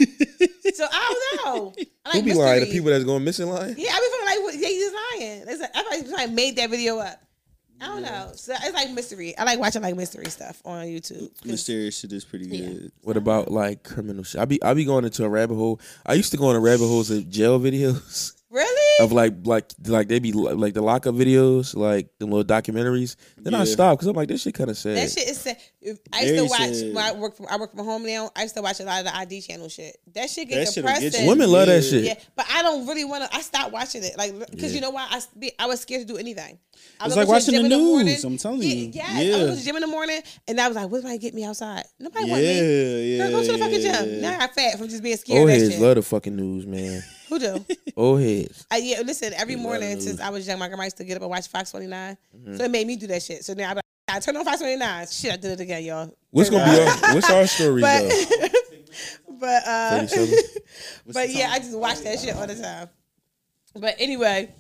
Speaker 2: so I don't know. I like
Speaker 1: Who be lying? The
Speaker 2: mysteries.
Speaker 1: people that's going missing lying.
Speaker 2: Yeah, I be feeling like what- yeah, he's just lying. It's like, I probably just, like made that video up. I don't know. So it's like mystery. I like watching like mystery stuff on YouTube. 'Cause-
Speaker 3: Mysterious shit is pretty
Speaker 2: Yeah.
Speaker 3: good.
Speaker 1: What about like criminal shit? I be I be going into a rabbit hole. I used to go into rabbit holes of jail videos
Speaker 2: Really?
Speaker 1: of like like like they be li- like the lockup videos, like the little documentaries. Then I
Speaker 3: Yeah.
Speaker 1: stopped because I'm like, this shit kind of sad.
Speaker 2: That shit is sad. I used to
Speaker 3: Very
Speaker 2: watch.
Speaker 3: sad.
Speaker 2: When I work from I work from home now. I used to watch a lot of the ID channel shit. That shit
Speaker 3: That
Speaker 2: get
Speaker 3: shit'll
Speaker 2: depressing.
Speaker 3: get you.
Speaker 1: Women love that shit.
Speaker 2: Yeah, but I don't really want to. I stopped watching it, like, because
Speaker 1: Yeah.
Speaker 2: you know why? I s- be, I was scared to do anything. I
Speaker 3: It's
Speaker 2: would
Speaker 3: like
Speaker 2: go to
Speaker 3: watching
Speaker 2: gym
Speaker 3: the
Speaker 2: in morning.
Speaker 3: news, I'm telling
Speaker 2: Yeah,
Speaker 3: you.
Speaker 2: yes, I would
Speaker 3: Yeah.
Speaker 2: go to the gym in the morning, and I was like, "What's might get me outside? Nobody
Speaker 3: Yeah, Oh,
Speaker 2: want me.
Speaker 3: yeah.
Speaker 2: Girl, go to the fucking gym."
Speaker 3: yeah.
Speaker 2: Now I fat from just being scared.
Speaker 1: Old
Speaker 2: of that
Speaker 1: heads
Speaker 2: shit.
Speaker 1: love the fucking news, man.
Speaker 2: Who do?
Speaker 1: Old heads.
Speaker 2: I, yeah, listen. Every
Speaker 1: love
Speaker 2: morning
Speaker 1: the
Speaker 2: since
Speaker 1: news.
Speaker 2: I was young, my grandma used to get up and watch Fox 29,
Speaker 3: Mm-hmm.
Speaker 2: so it made me do that shit. So now I, be like, I turn on Fox 29. Shit, I did it again, y'all.
Speaker 1: What's gonna be our what's our story
Speaker 2: But,
Speaker 1: though?
Speaker 2: but uh,
Speaker 1: 37?
Speaker 2: but yeah, I just watch that shit all the time. But anyway,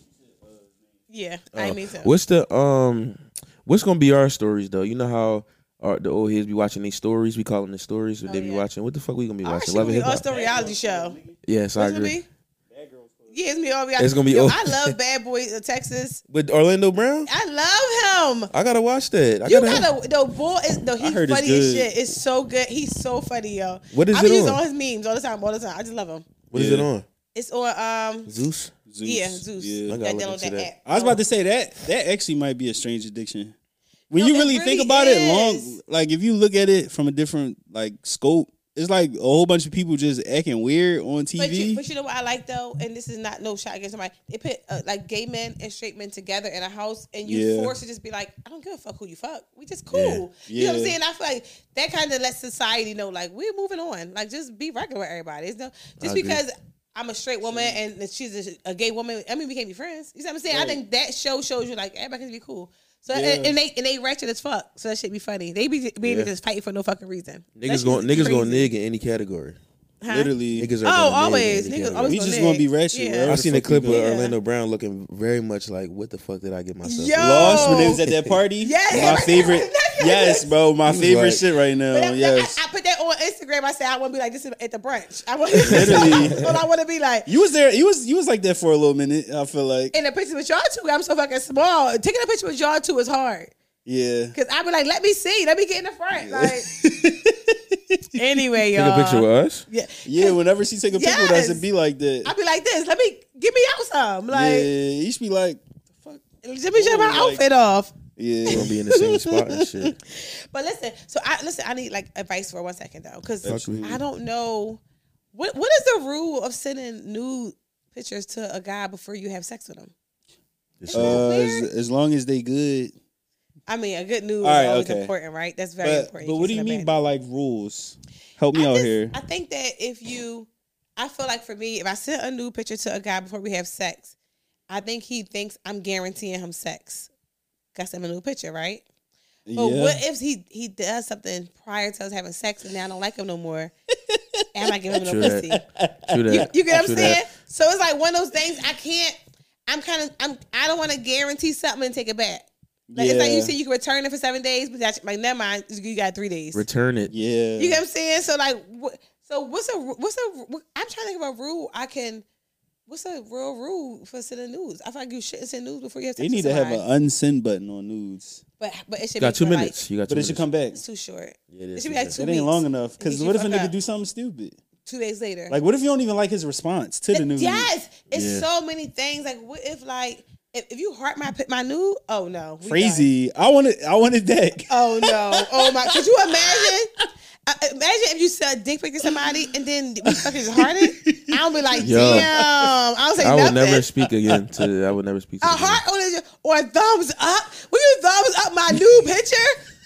Speaker 2: yeah, I
Speaker 1: Oh.
Speaker 2: mean to.
Speaker 1: What's the um? What's gonna be our stories though? You know how our, the old heads be watching these stories. We call them the stories. What
Speaker 2: Oh,
Speaker 1: they be
Speaker 2: yeah.
Speaker 1: watching? What the fuck we gonna be
Speaker 2: Our
Speaker 1: watching?
Speaker 2: shit
Speaker 1: Love
Speaker 2: gonna be
Speaker 1: and hip
Speaker 2: all
Speaker 1: hop.
Speaker 2: story reality show.
Speaker 1: Yes, I
Speaker 2: What's it gonna
Speaker 1: agree.
Speaker 2: be? Yeah, it's gonna be all reality.
Speaker 1: It's gonna be
Speaker 2: Yo,
Speaker 1: all-
Speaker 2: I love Bad Boy uh, Texas.
Speaker 1: With Orlando Brown,
Speaker 2: I love him.
Speaker 1: I gotta watch that. I
Speaker 2: You
Speaker 1: gotta.
Speaker 2: gotta the boy is no he's
Speaker 3: heard it's
Speaker 2: funny as
Speaker 3: good.
Speaker 2: shit. It's so good. He's so funny, yo.
Speaker 1: What is
Speaker 2: I
Speaker 1: it
Speaker 2: be using
Speaker 1: on?
Speaker 2: all his memes all the time, all the time. I just love him.
Speaker 1: what is
Speaker 3: Yeah.
Speaker 1: it on?
Speaker 2: It's on um
Speaker 1: Zeus.
Speaker 3: Zeus.
Speaker 2: yeah, Zeus.
Speaker 3: Yeah.
Speaker 1: I Oh. gotta
Speaker 2: That
Speaker 1: look
Speaker 2: download
Speaker 1: into that.
Speaker 2: app.
Speaker 3: I was about to say that that actually might be a strange addiction. When
Speaker 2: No,
Speaker 3: you
Speaker 2: it
Speaker 3: really, think
Speaker 2: really
Speaker 3: about it, long
Speaker 2: is.
Speaker 3: like if you look at it from a different like scope, it's like a whole bunch of people just acting weird on TV.
Speaker 2: But you, but you know what I like though, and this is not no shot against somebody. They put uh, like gay men and straight men together in a house, and you
Speaker 3: Yeah.
Speaker 2: forced to just be like, I don't give a fuck who you fuck. We just cool. You know what I'm
Speaker 3: Yeah.
Speaker 2: saying? I feel like that kind of lets society know like we're moving on. Like just be regular with everybody. It's no just
Speaker 1: agree.
Speaker 2: because. I'm a straight woman and that she's a, a gay woman. I mean, we can't be friends. You know what I'm saying?
Speaker 3: Right.
Speaker 2: I think that show shows you like everybody can be cool. So
Speaker 3: Yeah.
Speaker 2: and, and they and they ratchet as fuck. So that should be funny. They be being
Speaker 1: Yeah.
Speaker 2: just fighting for no fucking reason. That
Speaker 1: Niggas
Speaker 2: shit's
Speaker 1: going niggas going
Speaker 2: crazy.
Speaker 1: nig in any category.
Speaker 2: Huh?
Speaker 3: Literally,
Speaker 1: Niggas are
Speaker 2: Oh,
Speaker 1: gonna
Speaker 2: always.
Speaker 1: nig in any
Speaker 2: Niggas
Speaker 1: category.
Speaker 2: always
Speaker 3: We just gonna be ratchet, bro.
Speaker 1: I seen a clip of
Speaker 3: Yeah.
Speaker 1: Orlando Brown looking very much like, "What the fuck did I get myself?"
Speaker 2: Yo.
Speaker 1: into?"
Speaker 3: lost when they was at that party.
Speaker 2: Yes.
Speaker 3: my favorite. yes, bro, my
Speaker 1: Oh. He was
Speaker 3: favorite
Speaker 1: like-
Speaker 3: shit right now.
Speaker 2: But that- that-
Speaker 3: yes,
Speaker 2: I, I put that on Instagram. I said I want to be like this is at the brunch. I want
Speaker 3: Literally.
Speaker 2: to. I want to be like.
Speaker 3: you was there. You was you was like that for a little minute. I feel like
Speaker 2: In a picture with y'all two, I'm so fucking small. Taking a picture with y'all two is hard
Speaker 3: yeah.
Speaker 2: because I be like, let me see, let me get in the front. Like anyway,
Speaker 1: Take
Speaker 2: y'all.
Speaker 1: a picture with us.
Speaker 2: Yeah,
Speaker 3: Yeah, whenever she take a picture with us,
Speaker 2: Yes.
Speaker 3: it be like that.
Speaker 2: I be like this. Let me give me out some.
Speaker 3: yeah,
Speaker 2: Like
Speaker 3: you should be like, the fuck.
Speaker 2: let me show my
Speaker 3: Like-
Speaker 2: outfit off.
Speaker 1: We're
Speaker 3: Yeah,
Speaker 1: gonna be in the same spot and shit.
Speaker 2: But listen, so I listen. I need like advice for one second though, because
Speaker 1: Absolutely.
Speaker 2: I don't know what what is the rule of sending nude pictures to a guy before you have sex with him.
Speaker 1: Just saying.
Speaker 3: uh,
Speaker 2: Weird.
Speaker 3: as, as long as they good.
Speaker 2: I mean, a good nude
Speaker 3: All right,
Speaker 2: is always
Speaker 3: okay.
Speaker 2: important, right? That's very
Speaker 3: But,
Speaker 2: important.
Speaker 3: but
Speaker 2: You
Speaker 3: what do
Speaker 2: can't
Speaker 3: you
Speaker 2: send a
Speaker 3: mean
Speaker 2: bad
Speaker 3: by like rules? Help me
Speaker 2: I
Speaker 3: out
Speaker 2: just-
Speaker 3: here.
Speaker 2: I think that if you, I feel like for me, if I send a nude picture to a guy before we have sex, I think he thinks I'm guaranteeing him sex. Got him a nude picture, right? But
Speaker 3: yeah.
Speaker 2: what if he he does something prior to us having sex and now I don't like him no more? and I'm not giving him
Speaker 1: True
Speaker 2: no
Speaker 1: that.
Speaker 2: pussy.
Speaker 1: True
Speaker 2: You,
Speaker 1: that.
Speaker 2: you get what I'm
Speaker 1: True
Speaker 2: saying?
Speaker 1: that.
Speaker 2: So it's like one of those things I can't. I'm kind of I'm I don't want to guarantee something and take it back. Like it's like you
Speaker 3: Yeah.
Speaker 2: said you can return it for seven days, but that's like never mind. You got three days.
Speaker 1: Return it.
Speaker 3: Yeah.
Speaker 2: You get what I'm saying? So like, what, so what's a what's a I'm trying to think of a rule I can. What's a real rule for sending news? I feel like you shouldn't send news before you have.
Speaker 3: they
Speaker 2: sex
Speaker 3: need
Speaker 2: with
Speaker 3: to have an
Speaker 2: somebody.
Speaker 3: unsend button on nudes,
Speaker 2: But but it should
Speaker 1: You
Speaker 2: be
Speaker 1: got two
Speaker 2: for, like-
Speaker 1: minutes. You got two
Speaker 3: but it should
Speaker 1: minutes.
Speaker 3: come back.
Speaker 2: it's too short.
Speaker 1: Yeah, it is
Speaker 2: It should be
Speaker 1: too
Speaker 2: like
Speaker 1: short.
Speaker 2: two
Speaker 3: It
Speaker 2: weeks.
Speaker 3: ain't long enough.
Speaker 2: It
Speaker 3: Because
Speaker 2: gets
Speaker 3: what
Speaker 2: you
Speaker 3: if a
Speaker 2: fucked
Speaker 3: nigga
Speaker 2: up.
Speaker 3: do something stupid?
Speaker 2: Two days later.
Speaker 3: Like, what if you don't even like his response to the
Speaker 2: Th-
Speaker 3: nude?
Speaker 2: yes, it's
Speaker 1: Yeah.
Speaker 2: so many things. Like what if like if, if you heart my pi- my nude? Oh no, we done.
Speaker 3: Crazy. I wanted. I wanted that.
Speaker 2: Oh no! Oh my! Could you imagine? Uh, imagine if you sent a dick pic to somebody and then we fucking just hearted. I don't be like,
Speaker 1: Yo.
Speaker 2: damn. I don't say
Speaker 1: I will
Speaker 2: nothing.
Speaker 1: never speak again to. I will never speak.
Speaker 2: a
Speaker 1: To them.
Speaker 2: heart on his, or a thumbs up. Will you thumbs up my new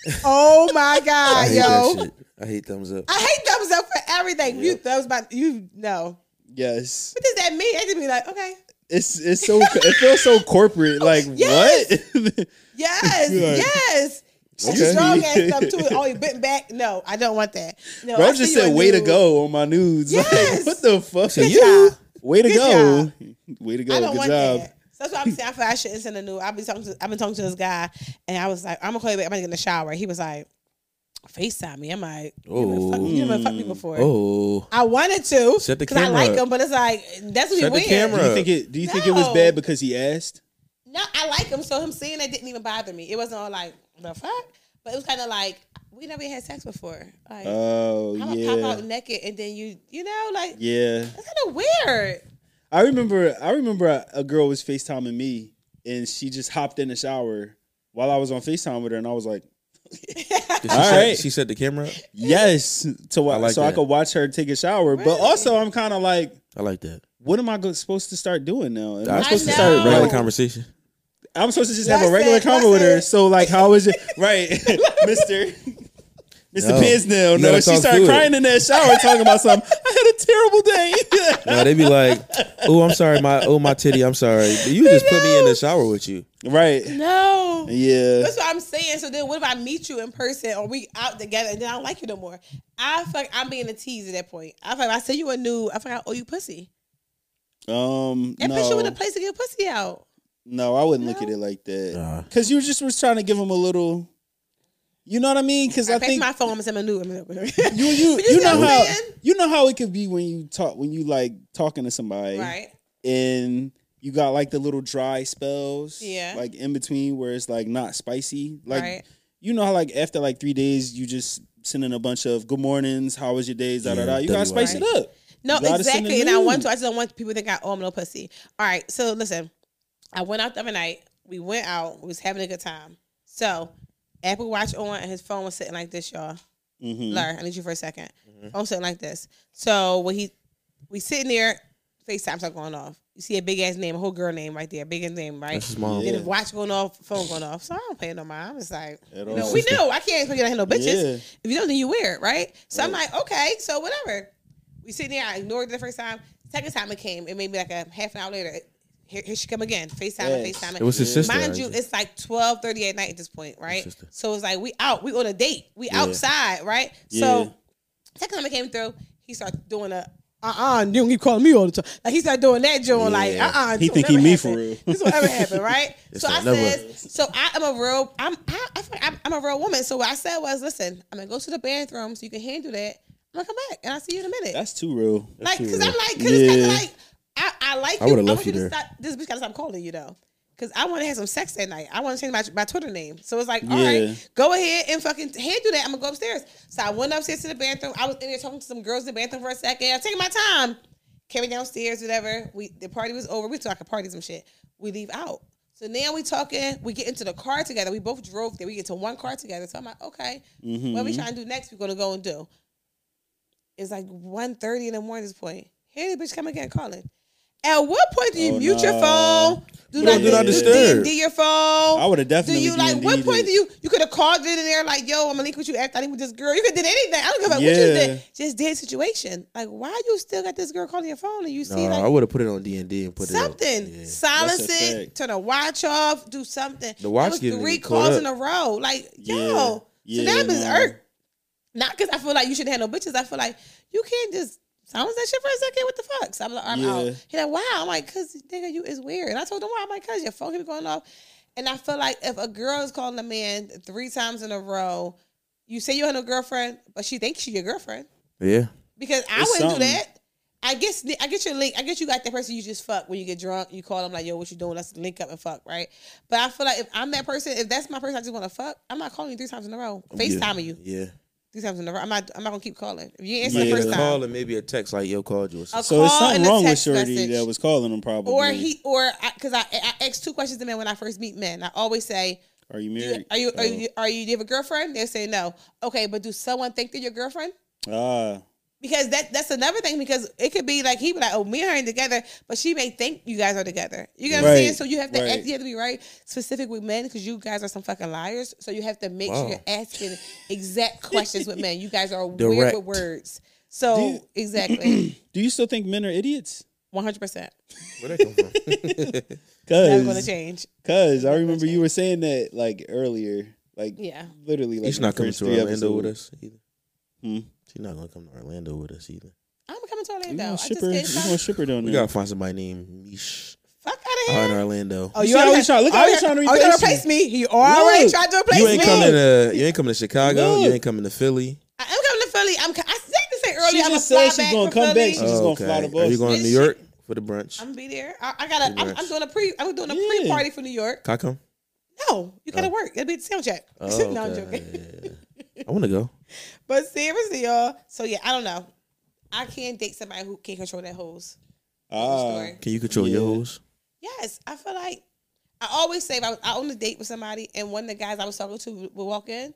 Speaker 2: picture? Oh my
Speaker 1: I
Speaker 2: god,
Speaker 1: hate that
Speaker 2: yo!
Speaker 1: shit. I hate thumbs up.
Speaker 2: I hate thumbs up for everything. You thumbs my you no.
Speaker 3: Yes.
Speaker 2: What does that mean? I just be like, okay,
Speaker 3: It's it's so it feels so corporate. Like
Speaker 2: Oh, yes.
Speaker 3: what?
Speaker 2: yes,
Speaker 3: Yeah.
Speaker 2: yes. Like
Speaker 3: Okay.
Speaker 2: strong ass stuff too. Oh, you bent back. No, I don't want that. No,
Speaker 3: Bro
Speaker 2: Oh, I see
Speaker 3: just
Speaker 2: you
Speaker 3: said,
Speaker 2: a
Speaker 3: "Way to
Speaker 2: dude.
Speaker 3: go on my nudes."
Speaker 2: Yes.
Speaker 3: Like, what the fuck?
Speaker 1: Good
Speaker 2: job.
Speaker 3: Way to
Speaker 2: Good
Speaker 3: go. Way to
Speaker 2: I
Speaker 3: go.
Speaker 2: don't
Speaker 3: Good
Speaker 2: want
Speaker 3: job.
Speaker 2: that. So that's why I'm saying I feel I shouldn't send a nude. I've been talking to I've been talking to this guy and I was like, I'm gonna call you back, I'm gonna get in the shower. He was like, FaceTime me. I'm like, you never fuck, you never fucked me before.
Speaker 1: Mm. Oh,
Speaker 2: I wanted to
Speaker 1: Set the
Speaker 2: because I
Speaker 1: camera
Speaker 2: like
Speaker 1: up.
Speaker 2: him, but it's like that's what
Speaker 1: Set the
Speaker 2: weird.
Speaker 1: camera
Speaker 3: Do you think it? Do you think it was
Speaker 2: No.
Speaker 3: bad because he asked?
Speaker 2: No, I like him, so him seeing that didn't even bother me. It wasn't all like the fuck, but it was kind of like we never had sex before. Like
Speaker 3: Oh
Speaker 2: I'm gonna pop out
Speaker 3: yeah,
Speaker 2: naked and then you, you know, like
Speaker 3: yeah.
Speaker 2: that's kind of weird.
Speaker 3: I remember. I remember a- a girl was Facetiming me, and she just hopped in the shower while I was on Facetime with her, and I was like,
Speaker 1: she
Speaker 3: All
Speaker 1: set,
Speaker 3: right.
Speaker 1: She set the camera. up?
Speaker 3: "Yes," to wa-
Speaker 1: I like
Speaker 3: so I
Speaker 1: that.
Speaker 3: could watch her take a shower. But
Speaker 2: Really?
Speaker 3: also, I'm kind of like,
Speaker 1: I like that.
Speaker 3: what am I go- supposed to start doing now? Am I,
Speaker 1: I
Speaker 3: supposed to
Speaker 2: know.
Speaker 3: start
Speaker 1: Regular
Speaker 3: like,
Speaker 1: conversation.
Speaker 3: I'm supposed to just have a
Speaker 2: That's
Speaker 3: regular
Speaker 2: it,
Speaker 3: combo
Speaker 2: that's
Speaker 3: with her.
Speaker 2: it.
Speaker 3: So like, how is it, right, Mister? Mr.
Speaker 1: No.
Speaker 3: Pisnail,
Speaker 1: You gotta
Speaker 3: no, she
Speaker 1: talk
Speaker 3: started
Speaker 1: through it.
Speaker 3: crying in that shower talking about something. I had a terrible day.
Speaker 1: No, they be like, "Oh, I'm sorry, my oh my titty, I'm sorry." But you just put me in the shower with you.
Speaker 3: right.
Speaker 2: No,
Speaker 3: Yeah.
Speaker 2: that's what I'm saying. So then, what if I meet you in person or we out together and then I don't like you no more? I feel like I'm being a tease at that point. I feel like if I send you a nude, I feel like I owe you pussy
Speaker 3: Um
Speaker 2: and put you in a
Speaker 3: no,
Speaker 2: place to get pussy out.
Speaker 3: no, I wouldn't look
Speaker 2: No?
Speaker 3: at it like that.
Speaker 1: Nah.
Speaker 3: Cause you just was trying to give him a little you know what I mean? Cause
Speaker 2: I,
Speaker 3: I
Speaker 2: pick
Speaker 3: think
Speaker 2: my phone and send a nude.
Speaker 3: you you,
Speaker 2: But
Speaker 3: you
Speaker 2: see what
Speaker 3: know
Speaker 2: I'm
Speaker 3: how
Speaker 2: saying?
Speaker 3: you know how it could be when you talk when you like talking to somebody
Speaker 2: right?
Speaker 3: and you got like the little dry spells.
Speaker 2: Yeah.
Speaker 3: Like in between where it's like not spicy. Like
Speaker 2: right.
Speaker 3: you know how like after like three days you just sending a bunch of good mornings, how was your days, da da
Speaker 1: Yeah,
Speaker 3: da. You gotta
Speaker 1: WY.
Speaker 3: spice it up.
Speaker 2: No,
Speaker 3: You gotta send
Speaker 2: exactly.
Speaker 3: a
Speaker 2: And I want
Speaker 3: nude.
Speaker 2: to. I just don't want people to think I owe them no pussy. All right. So listen, I went out the other night. We went out. We was having a good time. So Apple Watch on and his phone was sitting like this, y'all.
Speaker 3: Mm-hmm.
Speaker 2: Blur, I need you for a 2nd Phone sitting like this. So when he we sitting there, FaceTime start going off. You see a big ass name, a whole girl name right there, big ass name, right?
Speaker 1: That's his mom.
Speaker 2: Then
Speaker 3: Yeah.
Speaker 2: the watch going off, phone going off. So I don't pay no mind. I'm just like,
Speaker 3: At
Speaker 2: you know,
Speaker 3: all.
Speaker 2: we know I can't expect you to handle bitches.
Speaker 3: Yeah.
Speaker 2: If you don't, then you wear it, right? So I'm
Speaker 3: Right.
Speaker 2: like, okay, so whatever. We sitting there. I ignored it the first time. Second time it came, it made me like a half an hour later. it- Here, here she come again. Facetime and
Speaker 3: Yes.
Speaker 2: Facetime.
Speaker 1: It was his sister.
Speaker 2: Mind
Speaker 1: I
Speaker 2: you,
Speaker 1: think.
Speaker 2: it's like twelve thirty at night at this point, right?
Speaker 1: sister.
Speaker 2: So it's like we out, we on a date, we
Speaker 1: Yeah.
Speaker 2: outside, right?
Speaker 3: Yeah.
Speaker 2: So second time it came through, he started doing a uh uh you don't keep calling me all the time. Like he started doing that joint, like uh
Speaker 1: Yeah.
Speaker 2: uh
Speaker 3: He think he me for real.
Speaker 2: This will ever happen, right?
Speaker 1: It's
Speaker 2: so I
Speaker 1: not never.
Speaker 2: says, so I am a real, I'm I, I feel like I'm, I'm a real woman. So what I said was, listen, I'm gonna go to the bathroom so you can handle that. I'm gonna come back and I'll see you in a minute.
Speaker 3: That's too real.
Speaker 2: Like,
Speaker 1: too
Speaker 2: cause
Speaker 1: real.
Speaker 2: I'm like, cause it's kind
Speaker 3: Yeah.
Speaker 2: of like, I, I like
Speaker 1: I
Speaker 2: you. I,
Speaker 1: would've left
Speaker 2: want
Speaker 1: you
Speaker 2: you to
Speaker 1: there.
Speaker 2: stop. This bitch gotta stop calling you though, cause I want to have some sex that night. I want to change my, my Twitter name. So it's like, all right,
Speaker 3: Yeah.
Speaker 2: go ahead and fucking handle that. I'm gonna go upstairs. So I went upstairs to the bathroom. I was in there talking to some girls in the bathroom for a second. I'm taking my time. Came downstairs, whatever. We the party was over. We talking party some shit. We leave out. So now we talking. We get into the car together. We both drove there. We get to one car together. So I'm like, okay,
Speaker 3: Mhm.
Speaker 2: what we trying to do next? We're gonna go and do. It's like 1.30 in the morning. At this point, here the bitch come again calling. At what point do you
Speaker 3: Oh,
Speaker 2: mute your
Speaker 3: no.
Speaker 2: phone? Do
Speaker 1: You
Speaker 2: not,
Speaker 1: don't
Speaker 3: do not
Speaker 1: disturb.
Speaker 2: D your phone.
Speaker 3: I would have
Speaker 2: Oh, Do
Speaker 3: definitely.
Speaker 2: you like what
Speaker 3: DM'd
Speaker 2: point
Speaker 3: it.
Speaker 2: do you you could have called it in there like yo I'm gonna link with you after I link with this girl you could did anything I don't give a fuck what you
Speaker 3: Yeah.
Speaker 2: did just dead situation like why you still got this girl calling your phone and you see
Speaker 1: Nah, I
Speaker 2: like
Speaker 1: would have put it on D and D and put
Speaker 2: something
Speaker 1: it up. Yeah.
Speaker 2: silence
Speaker 3: That's a
Speaker 2: it
Speaker 3: fact.
Speaker 2: turn the watch off do something
Speaker 1: The watch
Speaker 2: That was
Speaker 1: getting
Speaker 2: three
Speaker 1: me caught
Speaker 2: calls
Speaker 1: up.
Speaker 2: in a row like
Speaker 3: Yeah.
Speaker 2: yo
Speaker 3: Yeah,
Speaker 2: so that is
Speaker 3: no.
Speaker 2: irked not because I feel like you should handle bitches I feel like you can't just silence that shit for a second what the fuck so I'm like I'm
Speaker 3: Yeah.
Speaker 2: out he like wow I'm like cause nigga you is weird and I told him why I'm like cause your phone keep going off and I feel like if a girl is calling a man three times in a row, you say you have no girlfriend, but she thinks she your girlfriend.
Speaker 1: Yeah.
Speaker 2: Because I
Speaker 3: It's
Speaker 2: wouldn't do
Speaker 3: something.
Speaker 2: that. I guess I get your link. I guess you got that person you just fuck when you get drunk. You call them like, "Yo, what you doing? Let's link up and fuck, right?" But I feel like if I'm that person, if that's my person, I just want to fuck. I'm not calling you three times in a row. Facetiming you
Speaker 1: Yeah.
Speaker 2: three times in a row. I'm not. I'm not gonna keep calling. If you answer
Speaker 3: Yeah.
Speaker 2: the first
Speaker 1: Just
Speaker 2: time,
Speaker 1: call and maybe a text like yo called you. Or something.
Speaker 2: Okay.
Speaker 3: So it's
Speaker 2: Call
Speaker 3: something
Speaker 2: and a
Speaker 3: wrong with
Speaker 2: text
Speaker 3: Shorty
Speaker 2: message.
Speaker 3: that was calling him probably.
Speaker 2: or he, or because I, I, I ask two questions to men when I first meet men. I always say,
Speaker 3: Are you
Speaker 2: Do you-
Speaker 3: married?
Speaker 2: Are you
Speaker 3: Oh.
Speaker 2: are you are you do you have a girlfriend? They say no. Okay, but do someone think they're your girlfriend?
Speaker 3: Ah,
Speaker 2: Because that that's another thing. Because it could be like he be like, oh, me and her ain't together, but she may think you guys are together. You get what I'm
Speaker 3: Right,
Speaker 2: saying? So you have to
Speaker 3: right.
Speaker 2: act, you have to be right specific with men because you guys are some fucking liars. So you have to make sure
Speaker 1: Wow.
Speaker 2: you're asking exact questions with men. You guys are weird
Speaker 1: Direct.
Speaker 2: with words. So
Speaker 3: Do-
Speaker 2: exactly,
Speaker 3: do you still think men are idiots?
Speaker 2: one hundred percent.
Speaker 1: Where that come from?
Speaker 2: That's gonna
Speaker 3: Cause,
Speaker 2: change.
Speaker 3: cause I remember you were saying that like earlier. Like
Speaker 2: Yeah.
Speaker 3: literally, like
Speaker 1: He's
Speaker 3: the
Speaker 1: not coming
Speaker 3: first
Speaker 1: to
Speaker 3: three
Speaker 1: Orlando
Speaker 3: episodes.
Speaker 1: with us either.
Speaker 3: Hmm?
Speaker 1: She's not gonna come to Orlando with us either.
Speaker 2: I'm coming to
Speaker 3: We
Speaker 2: Orlando. I
Speaker 3: gonna
Speaker 2: just
Speaker 3: ship her. We
Speaker 2: get
Speaker 3: gonna
Speaker 2: shot.
Speaker 3: ship her down
Speaker 1: We
Speaker 3: there.
Speaker 1: gotta find somebody named Mish
Speaker 2: Fuck out of
Speaker 1: out in
Speaker 2: here.
Speaker 1: Orlando.
Speaker 3: You see how
Speaker 2: already-
Speaker 3: he's trying- look how
Speaker 2: Eh? oh,
Speaker 3: he's trying to
Speaker 2: oh, you
Speaker 3: replace
Speaker 2: replace me. He already
Speaker 3: Look.
Speaker 2: tried to replace
Speaker 1: you ain't
Speaker 2: me.
Speaker 1: coming to you ain't coming to Chicago. You
Speaker 3: Look.
Speaker 1: ain't coming to Philly.
Speaker 2: I am coming to Philly. I'm. co- I said to say
Speaker 3: She
Speaker 2: earlier. I'm
Speaker 3: just
Speaker 2: gonna
Speaker 3: said
Speaker 2: fly
Speaker 3: she's
Speaker 2: back from
Speaker 3: gonna come
Speaker 2: Philly.
Speaker 3: back. She's just gonna fly the
Speaker 1: Oh, Are
Speaker 3: bus.
Speaker 1: you going to
Speaker 2: This
Speaker 1: New
Speaker 2: shit-
Speaker 1: York for the brunch?
Speaker 2: I'm gonna be there. I, I gotta. I'm, I'm
Speaker 1: Congrats.
Speaker 2: doing a pre. I'm doing a
Speaker 3: Yeah.
Speaker 2: pre party for New York.
Speaker 1: Can I come?
Speaker 2: No, you gotta work. It'll be at the sound check. no, I'm joking.
Speaker 1: Oh, I want to go.
Speaker 2: But seriously, y'all. So yeah, I don't know. I can't date somebody who can't control their hoes.
Speaker 3: Ah,
Speaker 2: Story.
Speaker 1: Can you control
Speaker 3: Yeah.
Speaker 1: your hoes?
Speaker 2: Yes, I feel like I always say if I was out on a date with somebody and one of the guys I was talking to would walk in,